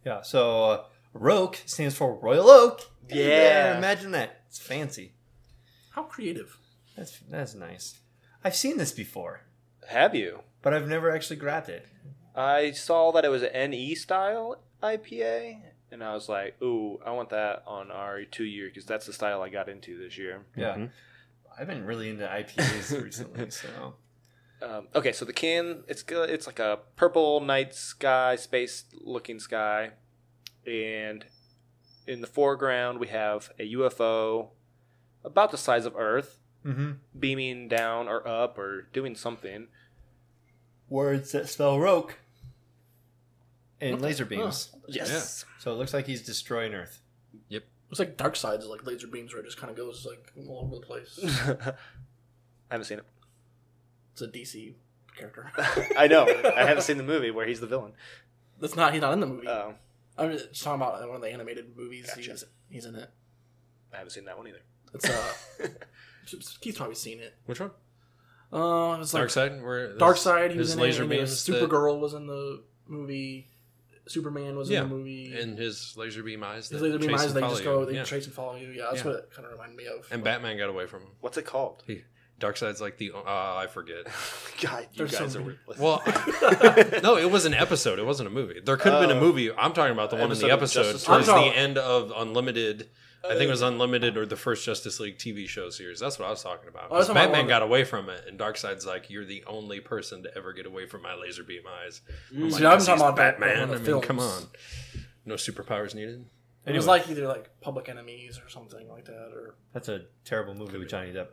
B: Yeah, so uh, Roke stands for Royal Oak. Hey there,
D: Yeah.
B: imagine that. It's fancy.
C: How creative.
B: That's that's nice. I've seen this before,
D: Have you?
B: but I've never actually grabbed it.
D: I saw that it was an NE style IPA, and I was like, "Ooh, I want that on our two year because that's the style I got into this year."
B: Yeah. I've been really into IPAs recently, so
D: Um, okay, so the can it's go- it's like a purple night sky, space looking sky, and in the foreground we have a UFO about the size of Earth
B: mm-hmm.
D: beaming down or up or doing something.
B: words that spell Roke and laser beams.
D: Yes.
B: So it looks like he's destroying Earth.
C: It's like dark sides, like laser beams, where it just kind of goes like all over the place.
D: I haven't seen it.
C: It's a DC character.
D: I know. I haven't seen the movie where he's the villain.
C: That's not. He's not in the movie.
D: Um,
C: I'm just talking about uh, one of the animated movies.
D: Gotcha.
C: He's, he's in it.
D: I haven't seen that one either.
C: It's uh, Keith's probably seen it.
E: Which one?
C: Uh, it's like
E: Dark Side? Where
C: Dark Side. He was
E: his
C: in
E: laser
C: it. and, uh,
E: beams that-
C: Supergirl was in the movie. Superman was
E: Yeah,
C: in the movie.
E: and his laser beam eyes.
C: his
E: that
C: laser beam
E: chase
C: eyes.
E: and
C: They
E: follow
C: just go.
E: you.
C: They
E: Yeah.
C: chase and follow you. Yeah, that's
E: Yeah.
C: what it kind of reminded me of. Mm.
E: And Batman got away from him.
D: What's it called?
E: Darkseid's like the uh, I forget.
D: God, you
C: There's so
D: guys are
C: many.
D: worthless.
E: Well, no, it was an episode. It wasn't a movie. There could have been
D: Oh.
E: a movie. I'm talking about the one in the
D: Episode of
E: episode
D: Justice
E: towards the
C: League. Uh, I'm talking-
E: end of Unlimited. I think it was Unlimited or the first Justice League TV show series. That's what I was talking about.
C: Oh, that's
E: 'Cause
C: what my
E: Batman
C: mom-
E: got away from it, and Darkseid's like, "You're the only person to ever get away from my laser beam eyes." I'm
C: Mm, See, I'm
E: 'cause
C: talking
E: he's
C: about that
E: Batman.
C: one
E: I
C: of
E: mean,
C: the
E: come
C: films.
E: on, no superpowers needed.
C: It was like either like Public Enemies or something like that, or
B: That's a terrible movie with Johnny Depp.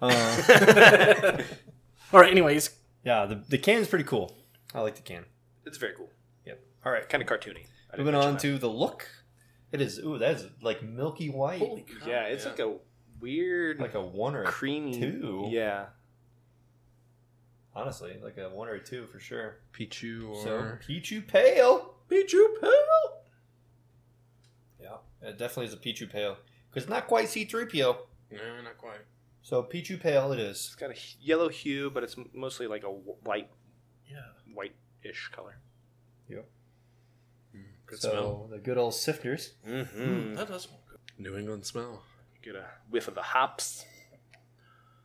B: Uh,
C: all right. Anyways,
B: yeah, the the can's pretty cool. I like the can.
D: it's very cool.
B: Yep. All right.
D: Kind of cartoony. I didn't
B: Moving
D: mention
B: on
D: that.
B: to the look. It is ooh, that is like milky white.
C: holy cow.
D: yeah, it's like a weird,
B: like a one or a
D: creamy.
B: two.
D: Yeah,
B: honestly, like a one or a two for sure.
E: Pichu or
B: So Pichu Pale.
C: Pichu Pale.
B: Yeah, it definitely is a Pichu Pale because not quite C3PO.
E: no, not quite.
B: So Pichu Pale it is.
D: it's got a h- yellow hue, but it's m- mostly like a wh- light,
C: Yeah.
D: white-ish color.
E: Good
B: so
E: smell.
B: the good old sifters.
D: Mm-hmm.
C: That does smell good.
E: New England smell.
D: Get a whiff of the hops.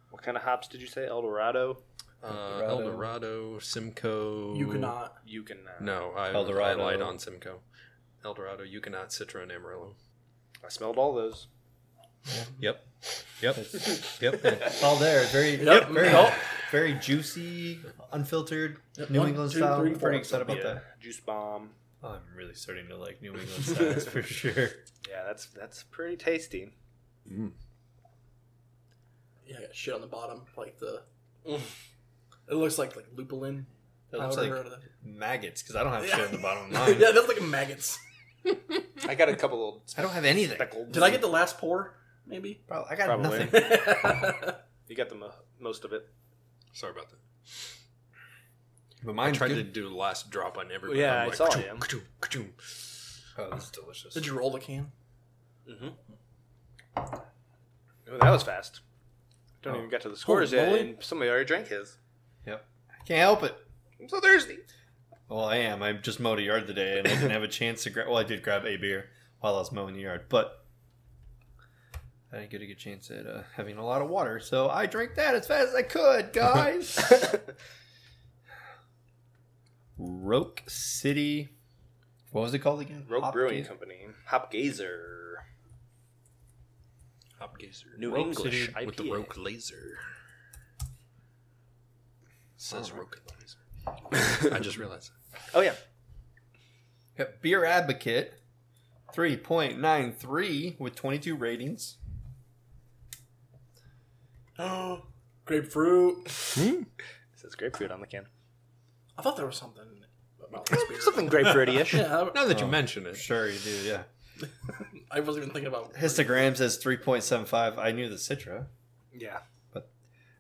D: What kind of hops did you say? El Dorado.
E: Uh, El Dorado, Simcoe.
C: You cannot.
D: You can. Uh,
E: No, I,
B: El Dorado.
E: I lied on Simcoe. El Dorado, Yukonot, Citra, and Amarillo.
D: I smelled all those.
E: Yep. Yep. yep.
B: It's all there. Very,
C: Yep.
B: very,
C: Nope.
B: very juicy, unfiltered
C: Yep.
B: New
C: One,
B: England
C: two,
B: style.
C: three,
B: I'm pretty
C: four.
B: excited about that.
D: Juice bomb.
B: Oh, I'm really starting to like New England style. That's for sure.
D: Yeah, that's that's pretty tasty.
C: Yeah, I got shit on the bottom, like the. It looks like like lupulin.
B: It looks
C: powder
B: like
C: or the-
B: maggots because I don't have
C: Yeah.
B: shit on the bottom of mine.
C: yeah, that's like maggots.
D: I got a couple little
B: I don't have anything.
D: speckled.
C: Did I get the last pour? Maybe.
B: Bro, I got
D: Probably.
B: nothing.
C: That's
D: You got the mo- most of it.
E: Sorry about that.
B: But
E: I
B: mine's
E: tried to
B: good.
E: do the last drop on everybody.
D: Yeah,
E: I'm
D: I
E: like,
D: saw
E: "Ka-choom,
D: you."
E: ka-choom, ka-choom."
B: Oh, this is delicious.
C: Did you roll the can?
D: Oh, that was fast. Don't
C: Oh.
D: even get to the scores yet,
C: moly.
D: and somebody already drank his.
B: Yep. I can't help it.
D: I'm so thirsty.
B: Well, I am. I just mowed a yard today, and I didn't have a chance to grab. Well, I did grab a beer while I was mowing the yard, but I didn't get a good chance at uh, having a lot of water, so I drank that as fast as I could, guys. Roke City. What was it called again?
D: Rogue
B: Hopkins-
D: Brewing Company. Hopgazer.
E: Hopgazer.
D: New
E: Rogue
D: English
E: City with the
D: IPA.
E: Roke laser. Says Roke laser. I just realized.
D: Oh yeah.
B: Yep, Beer Advocate, 3.93 with 22 ratings.
C: Grapefruit.
D: It says grapefruit on the can.
C: I thought there was something about this beer.
D: Something grapefruity-ish.
C: Yeah, I,
E: Now that you mention it,
B: Sure, you do, yeah.
C: I wasn't even thinking about.
B: Histogram says 3.75. I knew the Citra.
D: yeah.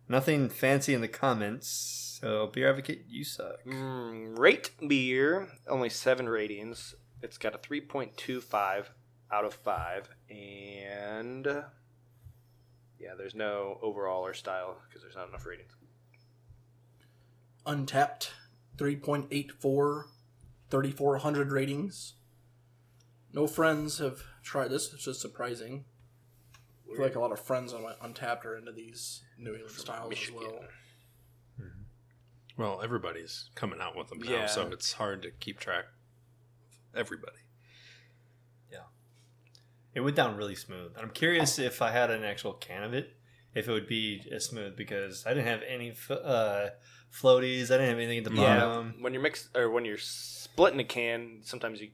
B: Nothing fancy in the comments, so Beer Advocate, you suck.
D: Mm, rate beer. Only seven ratings. It's got a 3.25 out of five, and yeah, there's no overall or style because there's not enough ratings.
C: Untapped, 3.84, 3,400 ratings. No friends have tried this, which is surprising. I feel like a lot of friends on my Untapped are into these New England styles as well.
E: well, everybody's coming out with them now,
D: Yeah.
E: so it's hard to keep track. of Everybody.
B: It went down really smooth. I'm curious if I had an actual can of it, if it would be as smooth because I didn't have any f- uh, floaties. I didn't have anything at the
D: Yeah.
B: bottom.
D: When you're mixed or when you're splitting a can, sometimes you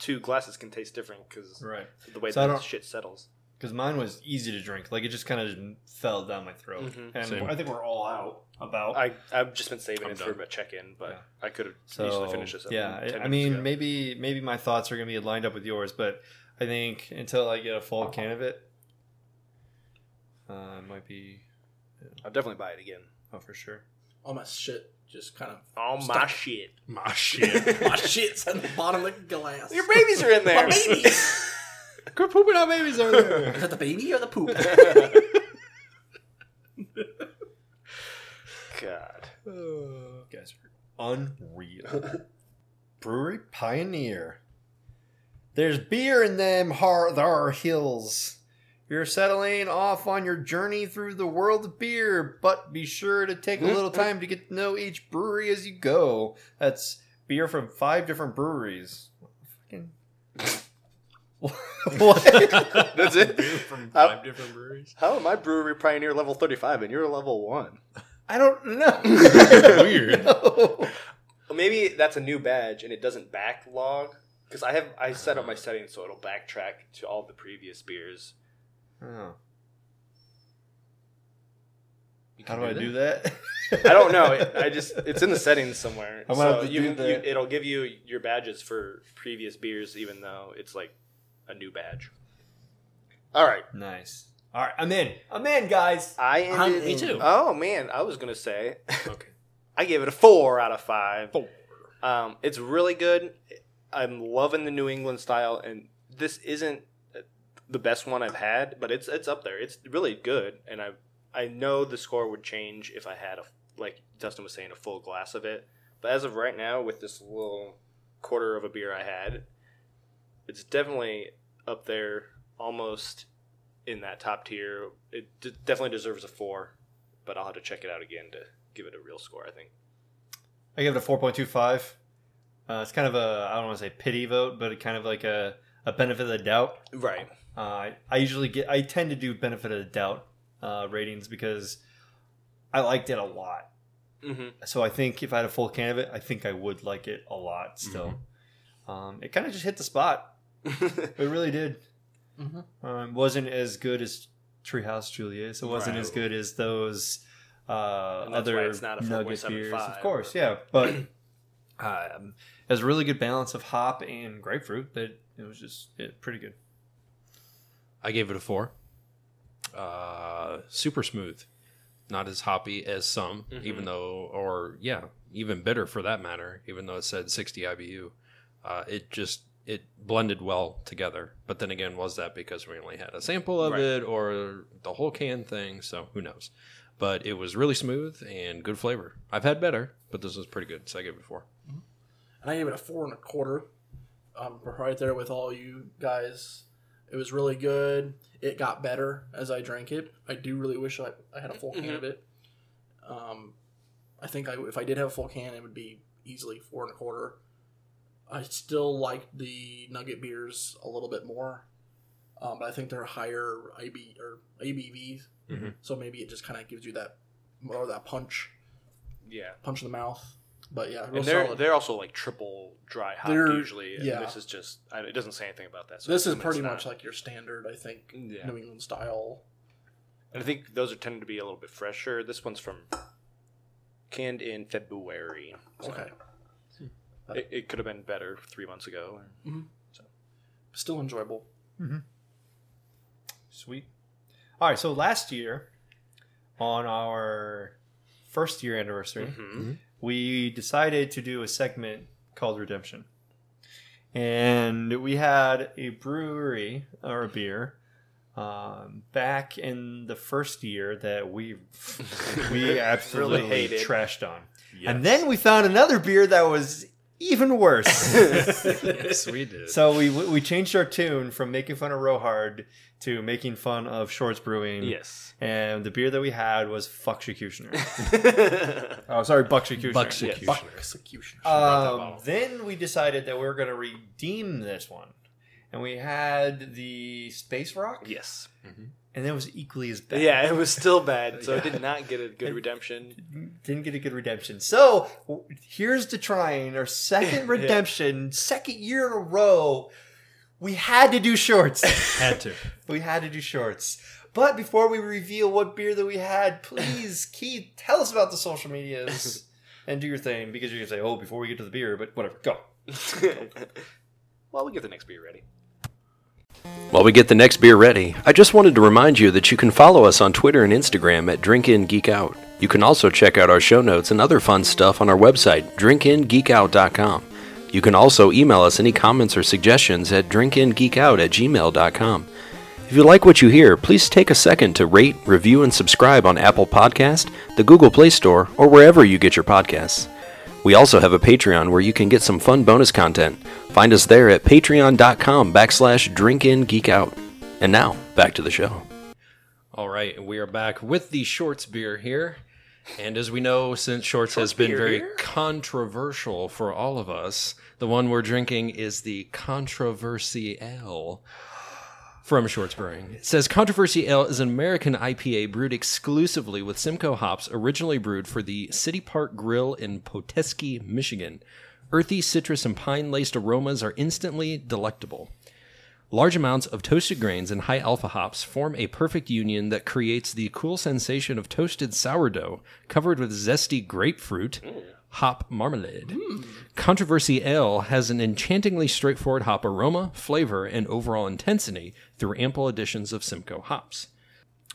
D: two glasses can taste different because
B: Right.
D: the way
B: So I
D: that
B: don't-
D: shit settles.
B: Because mine was easy to drink. Like it just kind of fell down my throat.
D: Mhm.
B: And
E: Same.
B: I think we're all out about.
D: I I've just been saving
E: I'm
D: it
E: done.
D: for a check in, but
B: Yeah.
D: I could have
B: so
D: easily finished this. up
B: yeah,
D: in 10
B: I, I
D: minutes
B: mean,
D: ago.
B: maybe maybe my thoughts are gonna be lined up with yours, but I think until I get a full can of it, uh, it might be
D: I'll definitely buy it again.
B: oh for sure.
C: All my shit just kind of.
D: All my shit.
E: My shit.
C: my shit's at the bottom of the glass.
D: Your babies are in there.
C: My babies!
B: Quit pooping out babies over there.
C: Is that the baby or the poop?
D: God.
B: You guys are unreal. Brewery Pioneer. There's beer in them har thar hills. You're settling off on your journey through the world of beer, but be sure to take a little time to get to know each brewery as you go. That's beer from five different breweries. Fucking. what?
D: That's it.
E: from
D: How-
E: five different breweries.
D: How am I brewery pioneer level 35 and you're level 1?
B: I don't know.
E: Weird.
B: No.
D: Well, maybe that's a new badge and it doesn't backlog because I have I set up my settings so it'll backtrack to all the previous beers.
B: Oh,
E: You
B: how
E: can
B: do I do that?
D: I don't know. It, I just it's in the settings somewhere.
B: I'm gonna
D: so
B: have to
D: you,
B: do
D: can-
B: the-
D: you- it'll give you your badges for previous beers even though it's like a new badge. All right.
B: Nice. All right, I'm in. I'm in, guys.
D: I
C: I'm-
D: ended,
C: me too.
D: Oh man, I was going to say
E: Okay.
D: I gave it a four out of five. Four. Um, it's really good. I'm loving the New England style, and this isn't the best one I've had, but it's it's up there. It's really good, and I I know the score would change if I had a like Dustin was saying a full glass of it. But as of right now, with this little quarter of a beer I had, it's definitely up there, almost in that top tier. It d- definitely deserves a four, but I'll have to check it out again to give it a real score. I think.
B: I give it a 4.25. Uh, it's kind of a, I don't want to say pity vote, but it kind of like a, a benefit of the doubt.
D: Right.
B: Uh, I- I usually get, I tend to do benefit of the doubt uh, ratings because I liked it a lot.
D: Mm-hmm.
B: So I think if I had a full can of it, I think I would like it a lot still. Um, it kind of just hit the spot.
D: Mm-hmm.
B: It really did.
C: Mhm.
B: Um, wasn't as good as Treehouse Julius. It wasn't
D: Right.
B: as good as those uh,
D: that's
B: other
D: why it's not a
B: nugget
D: 4.75
B: beers, of
D: or-
B: course. Yeah, but um, it was a really good balance of hop and grapefruit. That it was just it, pretty good.
E: I gave it a four. Uh, super smooth, not as hoppy as some, even though, or yeah, even bitter for that matter. Even though it said 60 IBU, uh, it just it blended well together. But then again, was that because we only had a sample of
D: Right.
E: it or the whole can thing? So who knows? But it was really smooth and good flavor. I've had better, but this was pretty good, so I gave it a four.
C: and I gave it a four and a quarter. Um, right there with all you guys. It was really good. It got better as I drank it. I do really wish I, I had a full
D: Mm-hmm.
C: can of it. Um, I think I, if I did have a full can, it would be easily four and a quarter. I still like the Nugget beers a little bit more, um, but I think they're higher IB or ABVs,
E: Mhm.
C: so maybe it just kind of gives you that more of that punch,
D: Yeah.
C: punch in the mouth. But yeah, real
D: And they're
C: solid.
D: they're also like triple dry hop
C: They're-
D: usually. And
C: yeah.
D: This is just I, it doesn't say anything about that. So
C: this is
D: it's
C: pretty
D: not-
C: much like your standard, I think,
D: Yeah.
C: New England style.
D: And I think those are tended to be a little bit fresher. This one's from canned in February. So
C: Okay,
D: It, it could have been better three months ago.
C: still enjoyable.
B: Sweet. All right. So last year, on our first year anniversary, we decided to do a segment called Redemption. And we had a brewery or a beer um, back in the first year that we we absolutely
D: hated.
B: trashed on. And then we found another beer that was even worse.
E: yes, we did.
B: so we we changed our tune from making fun of Rohard to making fun of Shorts Brewing.
D: Mm-hmm. Yes.
B: And the beer that we had was Fuck Executioner.
D: yeah.
B: oh, sorry, Buck Executioner.
E: Buck-secutioner.
C: Execution.
B: Um, then we decided that we were going to redeem this one. And we had the Space Rock.
D: Yes.
B: And that was equally as bad.
D: Yeah, it was still bad. So
B: Yeah.
D: it did not get a good redemption.
B: Didn't get a good redemption. So w- here's to trying our second
D: Yeah.
B: redemption, second year in a row. We had to do shorts.
E: Had to.
B: we had to do shorts. But before we reveal what beer that we had, please, Keith, tell us about the social medias and do your thing because you're going to say, oh, before we get to the beer, but whatever, go.
D: well, we get the next beer ready.
E: While we get the next beer ready, I just wanted to remind you that you can follow us on Twitter and Instagram at DrinkInGeekOut. You can also check out our show notes and other fun stuff on our website, drinkingeekout.com. You can also email us any comments or suggestions at drinkingeekout at gmail.com. If you like what you hear, please take a second to rate, review, and subscribe on Apple Podcast, the Google Play Store, or wherever you get your podcasts. We also have a Patreon where you can get some fun bonus content. Find us there at patreon.com backslash drinkingeekout. And now, back to the show. All right, and we are back with the Shorts beer here. And as we know, since Shorts, has been very controversial for all of us, the one we're drinking is the Controversy L from Shorts Brewing. It says Controversy Ale is an American IPA brewed exclusively with Simcoe hops, originally brewed for the City Park Grill in Poteski, Michigan. Earthy, citrus, and pine laced aromas are instantly delectable. Large amounts of toasted grains and high alpha hops form a perfect union that creates the cool sensation of toasted sourdough covered with zesty grapefruit hop marmalade. Controversy Ale has an enchantingly straightforward hop aroma, flavor, and overall intensity through ample additions of Simcoe hops.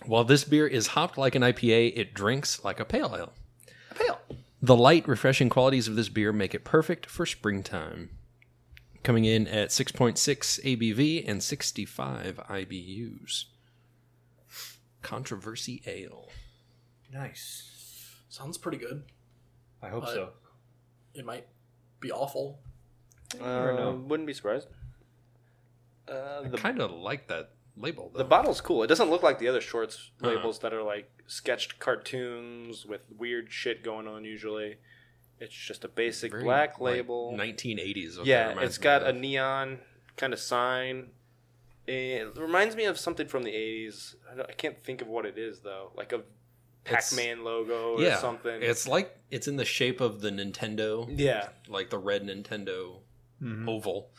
E: While this beer is hopped like an IPA, it drinks like a pale ale. A pale. The light, refreshing qualities of this beer make it perfect for springtime. Coming in at 6.6 ABV and 65 IBUs. Controversy Ale.
B: Nice.
C: Sounds pretty good.
B: I hope
C: But-
B: so.
C: It might be awful.
B: never know.
D: Um, wouldn't be surprised. Uh, the,
E: Kind of like that label, though.
D: the bottle's cool. It doesn't look like the other shorts
E: Uh-huh.
D: labels that are like sketched cartoons with weird shit going on. Usually, it's just a basic
E: Very,
D: black
E: like,
D: label.
E: 1980s. what that
D: yeah,
E: reminds
D: it's
E: me
D: got
E: of.
D: a neon kind of sign. It reminds me of something from the '80s. I, don't, I can't think of what it is though, like a
E: It's-
D: Pac-Man logo or
E: yeah,
D: something.
E: It's like it's in the shape of the Nintendo,
D: yeah,
E: like the red Nintendo
D: Mm-hmm. Mm.
B: Mhm.
E: oval.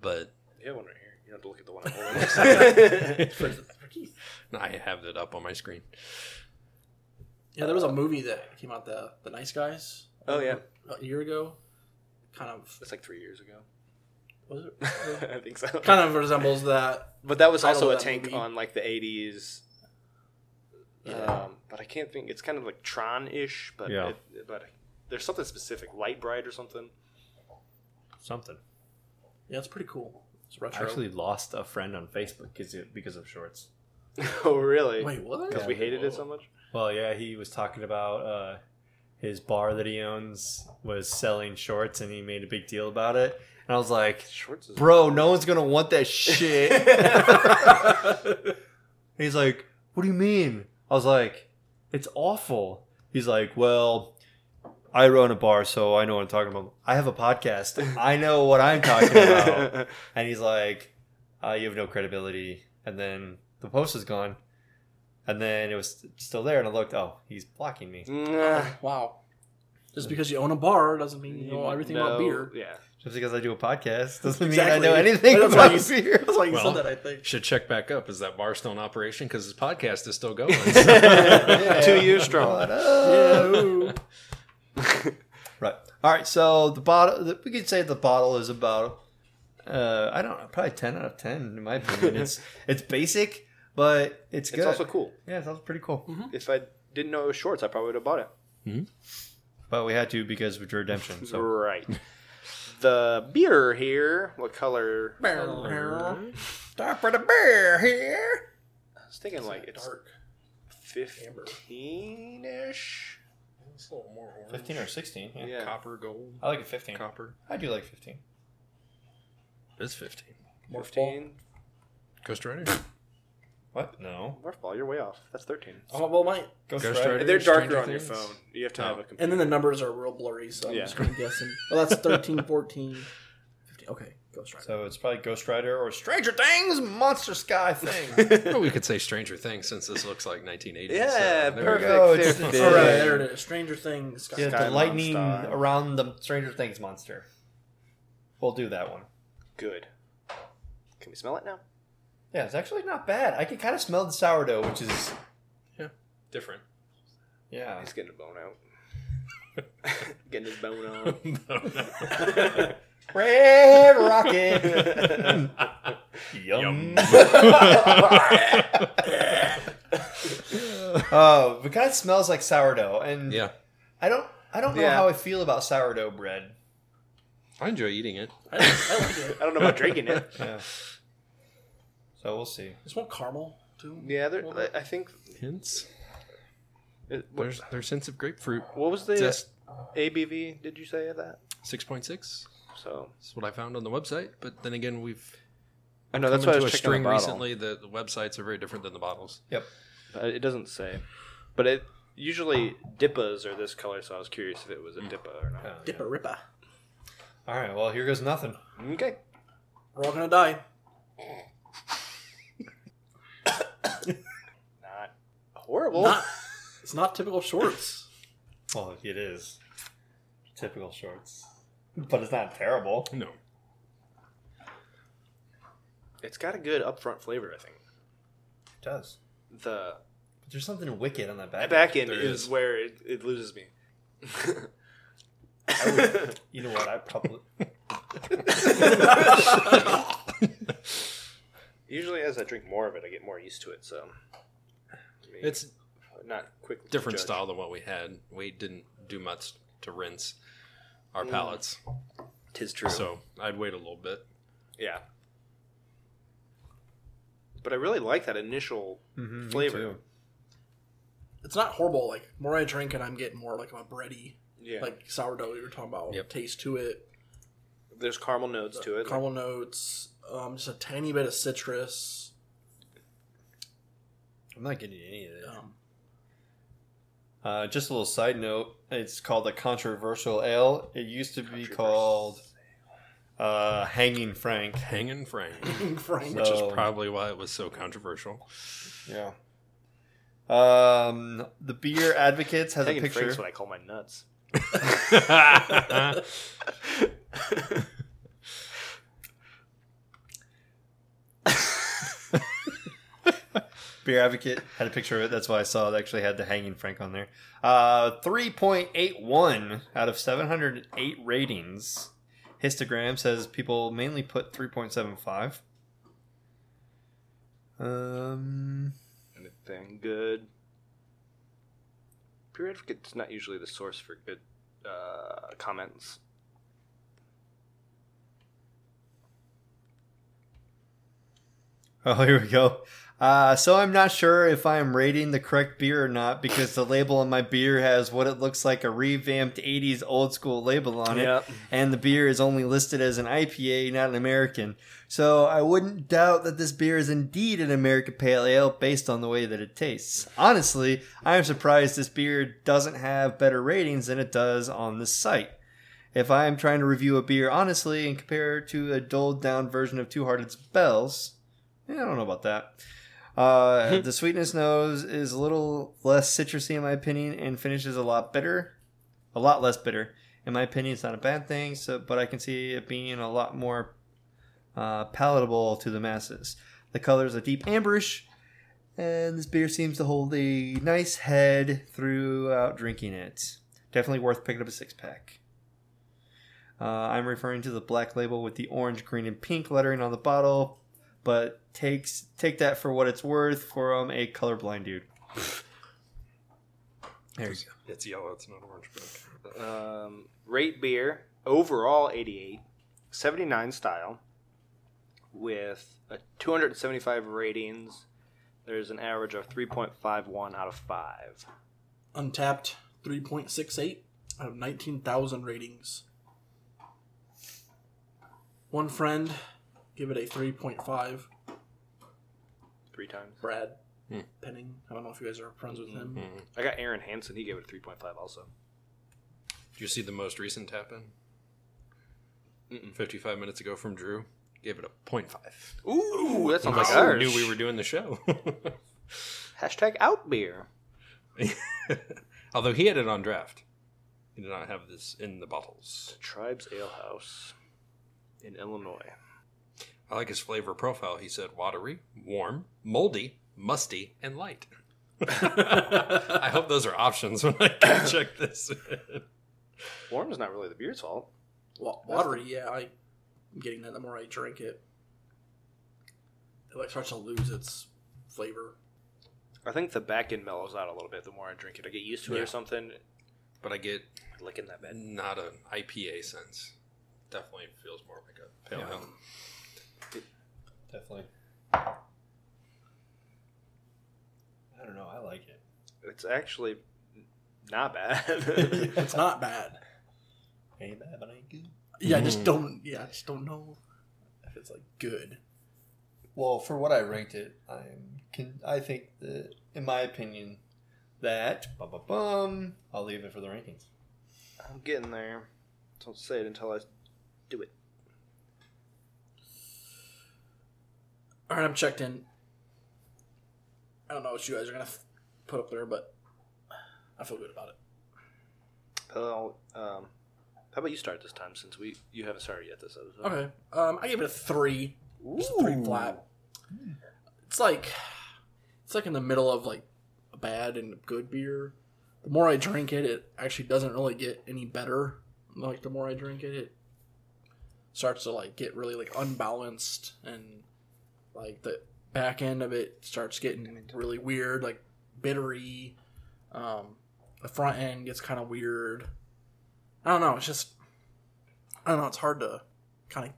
E: But
D: you have one right here. You don't have to look at the one I'm holding. One second.
E: I have it up on my screen.
C: Yeah, there was a movie that came out the the Nice Guys.
D: Oh, yeah.
C: a year ago. Kind of
D: That's like three years ago.
C: was it?
D: I think so.
C: kind of resembles that.
D: But that was
C: title
D: also
C: of
D: a
C: that
D: tank
C: movie.
D: on like the '80s. Um, but I can't think. It's kind of like Tron-ish, but
B: Yeah.
D: it- but there's something specific, Light Bright or something.
B: Something.
C: Yeah, it's pretty cool. It's
B: I
C: retro.
B: actually lost a friend on Facebook because because of shorts.
D: oh, really?
C: wait, what?
D: Because we hated it so much.
B: Well, yeah, he was talking about uh, his bar that he owns was selling shorts and he made a big deal about it. And I was like,
D: Shorts is
B: bro, no one's gonna want that shit. And he's like, what do you mean? I was like, it's awful. He's like, well, I run a bar, so I know what I'm talking about. I have a podcast. I know what I'm talking about. and he's like, uh, you have no credibility. And then the post is gone. And then it was still there, and I looked, oh, he's blocking me.
D: Nah.
C: Wow. Just because you own a bar doesn't mean you know everything about
D: Mm, No,
C: beer.
D: Yeah.
B: Just because I do a podcast doesn't
C: Exactly.
B: mean I know anything
C: That's
B: about
C: why you-
B: beer.
C: That's why you
E: Well,
C: said that, I think.
E: Should check back up. Is that bar still in operation? Because his podcast is still going.
D: Two years strong.
B: Right. All right. So the bottle, the, we could say the bottle is about, uh, I don't know, probably ten out of ten in my opinion. it's it's basic, but it's good.
D: It's also cool.
B: Yeah, it sounds pretty cool.
C: Hmm?
D: If I didn't know it was shorts, I probably would have bought it.
B: But we had to because we drew redemption. So
D: Right. the beer here, what color?
B: time for the beer here.
D: I was thinking like it's
C: Dark.
D: fifteen ish.
B: Fifteen or sixteen? Yeah.
D: Yeah.
E: Copper, gold,
B: I like a fifteen.
E: copper.
B: I do like fifteen.
E: It's 15.
D: Fifteen.
E: Ghost Rider.
B: What? No.
D: Morph ball, you're way off. That's thirteen.
C: Oh, well, mine.
B: Ghost,
E: Ghost
B: Rider.
E: Rider.
D: They're
E: Stranger
D: darker on your
E: Things?
D: phone. You have to have a computer.
C: And then the numbers are real blurry, so I'm
D: Yeah.
C: just going to guess. And, well, that's 13, 14, 15. Okay, Ghost Rider.
B: So it's probably Ghost Rider or Stranger Things, Monster Sky thing.
E: well, we could say Stranger Things since this looks like 1980s.
D: yeah,
E: so there we
D: perfect.
E: go.
B: go. It's-
D: They're
B: it's-
C: All right,
D: big.
C: there it is. Stranger Things. Got
B: yeah,
C: it.
B: the
D: Skyline
B: lightning
D: style.
B: around the Stranger Things monster. We'll do that one.
D: Good. Can we smell it now?
B: Yeah, it's actually not bad. I can kind of smell the sourdough, which is
E: Different.
B: yeah.
D: He's getting a bone out. getting his bone out.
B: Red Rocket. Yum. Oh, it kind of smells like sourdough, and
E: yeah,
B: I don't, I don't know
D: Yeah.
B: how I feel about sourdough bread.
E: I enjoy eating it.
C: I, I like it.
D: I don't know about drinking it.
B: Yeah. So we'll see.
C: It's more caramel, too.
D: Yeah, there- I- I think.
E: Hints.
D: it- What,
E: There's their sense of grapefruit.
D: what was the
E: Just
D: ABV? Did you say of that?
E: 6.6.
D: So
E: That's what I found on the website. But then again, we've
D: I know
E: come
D: that's why I
E: into
D: was
E: a
D: checking
E: string
D: the bottle.
E: recently that the websites are very different than the bottles.
B: Yep.
D: Uh, It doesn't say, but it usually dippas are this color, so I was curious if it was a dippa or not.
C: Dipper Ripper.
B: All right. Well, here goes nothing.
D: Okay,
C: We're all going to die.
D: not horrible.
C: Not, it's not typical shorts.
B: Well, it is typical shorts, but it's not terrible.
E: No.
D: It's got a good upfront flavor, I think.
B: It does.
D: The
B: But there's something wicked on that back.
D: back end
E: there
D: is
E: is.
D: where it, it loses me.
B: I would- you know what? I probably.
D: Usually, as I drink more of it, I get more used to it. So I mean,
E: It's
D: not quick. to
E: different
D: judge.
E: style than what we had. We didn't do much to rinse our
D: Mm.
E: palates,
D: Tis true.
E: so I'd wait a little bit.
D: yeah. But I really like that initial
B: Mm-hmm,
D: flavor.
C: It's not horrible. Like, the more I drink it, I'm getting more like of a bready,
D: Yeah,
C: like sourdough you were talking about,
E: Yep.
C: taste to it.
D: there's caramel notes to it.
C: caramel notes, um, just a tiny bit of citrus.
B: I'm not getting any of it.
C: Um,
B: Uh, just a little side note. It's called a controversial ale. It used to be called uh, Hanging Frank.
E: Hanging Frank,
C: Frank.
E: which is
D: Oh.
B: So-
E: probably why it was so controversial.
B: Yeah. Um, the beer advocates has a
D: Taking
B: picture.
D: Frank's what I call my nuts.
B: Beer advocate had a picture of it. That's why I saw it actually had the Hanging Frank on there. Uh, three point eight one out of seven hundred eight ratings. Histogram says people mainly put three point seven five. Um.
D: Anything good? Peer advocate's not usually the source for good uh, comments.
B: Oh, here we go. Uh, so I'm not sure if I am rating the correct beer or not because the label on my beer has what it looks like a revamped 80s old school label on it,
D: Yep.
B: and the beer is only listed as an IPA, not an American. So I wouldn't doubt that this beer is indeed an American Pale Ale based on the way that it tastes. Honestly, I am surprised this beer doesn't have better ratings than it does on the site. If I am trying to review a beer honestly and compare it to a doled down version of Two Hearted Spells, yeah, I don't know about that. Uh, the sweetness nose is a little less citrusy in my opinion, and finishes a lot bitter, a lot less bitter. In my opinion, it's not a bad thing. So, but I can see it being a lot more uh, palatable to the masses. The colors are deep amberish, and this beer seems to hold a nice head throughout drinking it. Definitely worth picking up a six pack. Uh, I'm referring to the black label with the orange, green, and pink lettering on the bottle, but takes take that for what it's worth from a colorblind dude. There you go.
E: It's yellow. It's not orange. But
D: Um, rate beer overall 88, 79 style, with a 275 ratings. There's an average of 3.51 out of five.
C: Untapped 3.68 out of 19,000 ratings. One friend, give it a 3.5.
D: Three times.
C: Brad
E: Hmm.
C: Penning. I don't know if you guys are friends with him.
D: I got Aaron Hansen. He gave it a 3.5 also.
E: Did you see the most recent tap in? 55 minutes ago from Drew. Gave it a 0.5.
D: Ooh, that sounds like
E: I
D: ours.
E: knew we were doing the show.
D: Hashtag out beer.
E: Although he had it on draft. He did not have this in the bottles.
D: Tribes Ale House in Illinois.
E: I like his flavor profile. He said watery, warm, moldy, musty, and light. I hope those are options when I can check this.
D: Warm is not really the beer's fault.
C: Wa- watery, yeah. I, I'm getting that the more I drink it. It like starts to lose its flavor.
D: I think the back end mellows out a little bit the more I drink it. I get used to it
C: Yeah.
D: or something.
E: but I get
D: Licking that bad.
E: not an IPA sense. Definitely feels more like a pale ale.
B: Definitely. I don't know. I like it.
D: It's actually not bad.
C: It's not bad.
B: Ain't bad, but ain't good.
C: Yeah, I just don't. Yeah, I just don't know if it's like good.
B: Well, for what I ranked it, I'm. Can, I think that, in my opinion, that bum, bum, bum, I'll leave it for the rankings.
D: I'm getting there. Don't say it until I do it.
C: All right, I'm checked in. I don't know what you guys are gonna f- put up there, but I feel good about it.
D: Well, um, how about you start this time since we you haven't started yet this episode?
C: Okay, um, I gave it a three. Just a three flat. It's like it's like in the middle of like a bad and a good beer. The more I drink it, it actually doesn't really get any better. Like the more I drink it, it starts to like get really like unbalanced and like the back end of it starts getting really weird, like bittery. Um, the front end gets kind of weird. I don't know. It's just I don't know. It's hard to kind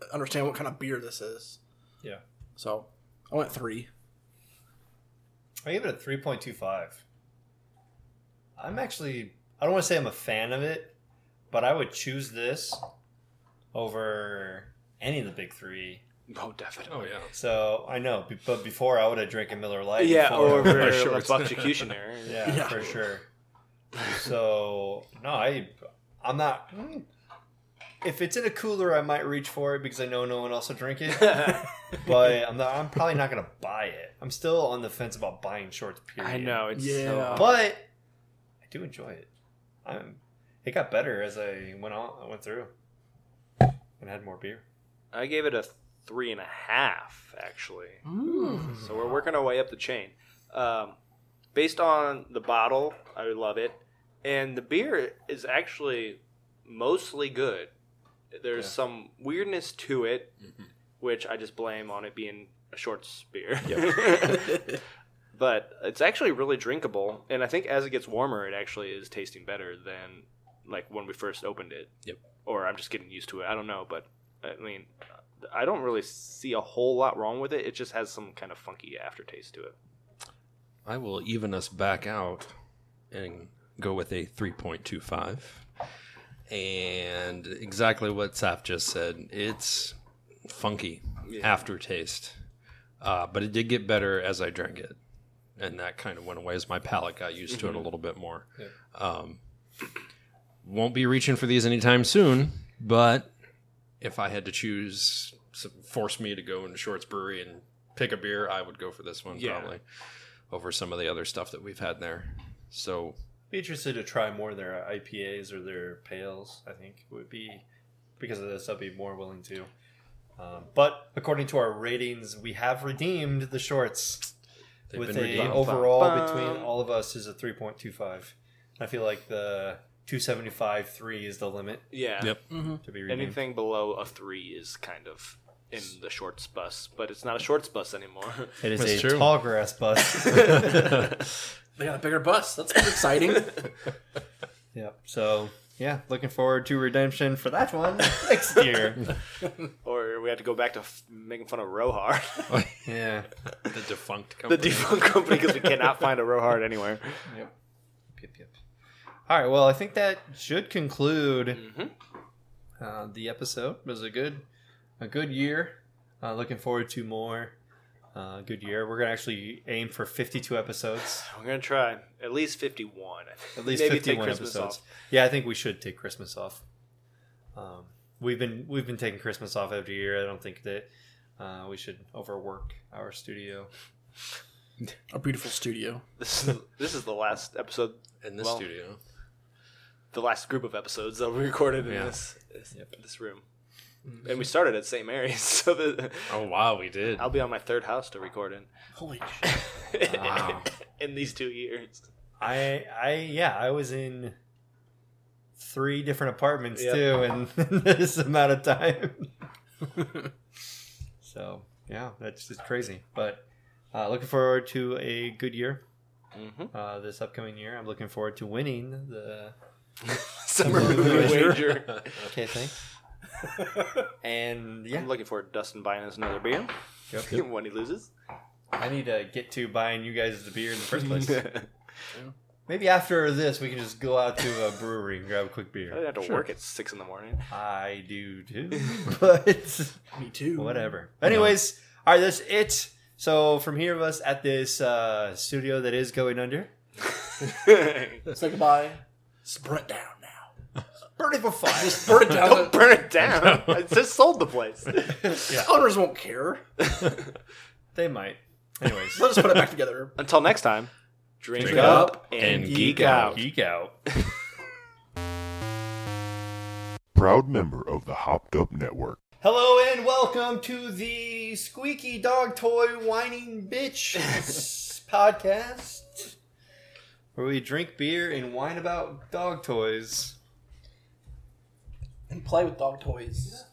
C: of understand what kind of beer this is.
B: Yeah.
C: So I went three.
B: I give it a 3.25. I'm actually, I don't want to say I'm a fan of it, but I would choose this over any of the big three.
D: Oh, definitely.
E: Oh yeah.
B: So I know, be- but before I would have drank a Miller Lite.
D: Oh, yeah,
B: before-
D: over
E: For
D: a
E: sure.
D: Bucksecutionary.
B: yeah,
C: Yeah.
B: for sure. So no, I, I'm not. hmm, If it's in a cooler, I might reach for it because I know no one else will drink it. but I'm not, I'm probably not gonna buy it. I'm still on the fence about buying shorts. Period.
D: I know it's so
C: Yeah.
B: but I do enjoy it. I'm. It got better as I went on. I went through and had more beer.
D: I gave it a three and a half, actually. So we're working our way up the chain. Um, based on the bottle, I love it, and the beer is actually mostly good. There's
B: Yeah.
D: some weirdness to it,
E: Mm-hmm.
D: which I just blame on it being a short beer. but it's actually really drinkable, and I think as it gets warmer, it actually is tasting better than like when we first opened it.
E: Yep.
D: Or I'm just getting used to it. I don't know, but I mean, I don't really see a whole lot wrong with it. It just has some kind of funky aftertaste to it.
E: I will even us back out and go with a 3.25. And exactly what Saf just said. It's funky aftertaste. Uh, but it did get better as I drank it. And that kind of went away as my palate got used to it a little bit more. Um, won't be reaching for these anytime soon, but if I had to choose, so- force me to go into Shorts Brewery and pick a beer, I would go for this one
D: Yeah.
E: probably over some of the other stuff that we've had there. So
B: Be interested to try more of their IPAs or their pales. I think would be because of this, I'd be more willing to. Um, but according to our ratings, we have redeemed the shorts
E: They've
B: with
E: been
B: a
E: redeemed.
B: overall
D: Bum, bum.
B: between all of us is a three point two five. I feel like the two seventy five three is the limit
D: Yeah.
E: Yep.
B: to be redeemed.
D: Anything below a three is kind of in the shorts bus, but it's not a shorts bus anymore.
B: It is
E: That's
B: a
E: true.
B: tall grass bus.
C: They got a bigger bus. That's pretty exciting.
B: yep. So yeah, looking forward to redemption for that one next year.
D: or we had to go back to f- making fun of Rohar,
B: yeah.
E: the defunct
D: the
E: company.
D: defunct company, because we cannot find a Rohar anywhere.
B: Yep. Yep. Yep. All right. Well, I think that should conclude
D: Mm-hmm.
B: uh, the episode. It was a good, a good year. Uh, looking forward to more. Uh, good year. We're gonna actually aim for fifty-two episodes,
D: I'm gonna try at least 51.
B: at least
D: Maybe take
B: fifty-one
D: Christmas
B: episodes.
D: off.
B: Yeah, I think we should take Christmas off. Um, we've been we've been taking Christmas off every year. I don't think that uh, we should overwork our studio.
C: a beautiful studio.
D: This is this is the last episode,
E: in this
D: Well,
E: studio.
D: the last group of episodes that we recorded in
E: Yeah.
D: this this room, and we started at St. Mary's, so the,
E: Oh wow, we did.
D: I'll be on my third house to record in.
C: Holy shit.
B: Wow.
D: in these two years.
B: I I yeah, I was in three different apartments
D: Yep.
B: too in this amount of time. so yeah, that's just crazy. But uh, looking forward to a good year
D: Mm-hmm.
B: uh, this upcoming year. I'm looking forward to winning the
D: Summer
B: movie
D: movie wager.
B: okay thing. and yeah,
D: I'm looking forward to Dustin buying us another beer
B: yep, yep.
D: when he loses.
B: I need to get to buying you guys the beer in the first place. Maybe after this, we can just go out to a brewery and grab a quick
D: I
B: beer.
D: have to work at six in the morning.
B: I do too, but.
C: Me too.
B: whatever. Anyways, all right, that's it. So from here of us at this uh, studio that is going under.
C: Say goodbye. Let's burn it down now.
B: Burn it for fire.
C: Just burn it down.
D: Don't burn it down. I just sold the place.
C: Owners won't care.
B: they might. Anyways,
C: Let us put it back together.
D: Until next time, drink,
E: Drink
D: up,
C: up
D: and,
E: and
D: geek,
E: geek
D: out.
B: geek out.
H: Proud member of the Hopped Up Network.
B: Hello and welcome to the Squeaky Dog Toy Whining Bitch podcast, where we drink beer and whine about dog toys.
C: And play with dog toys.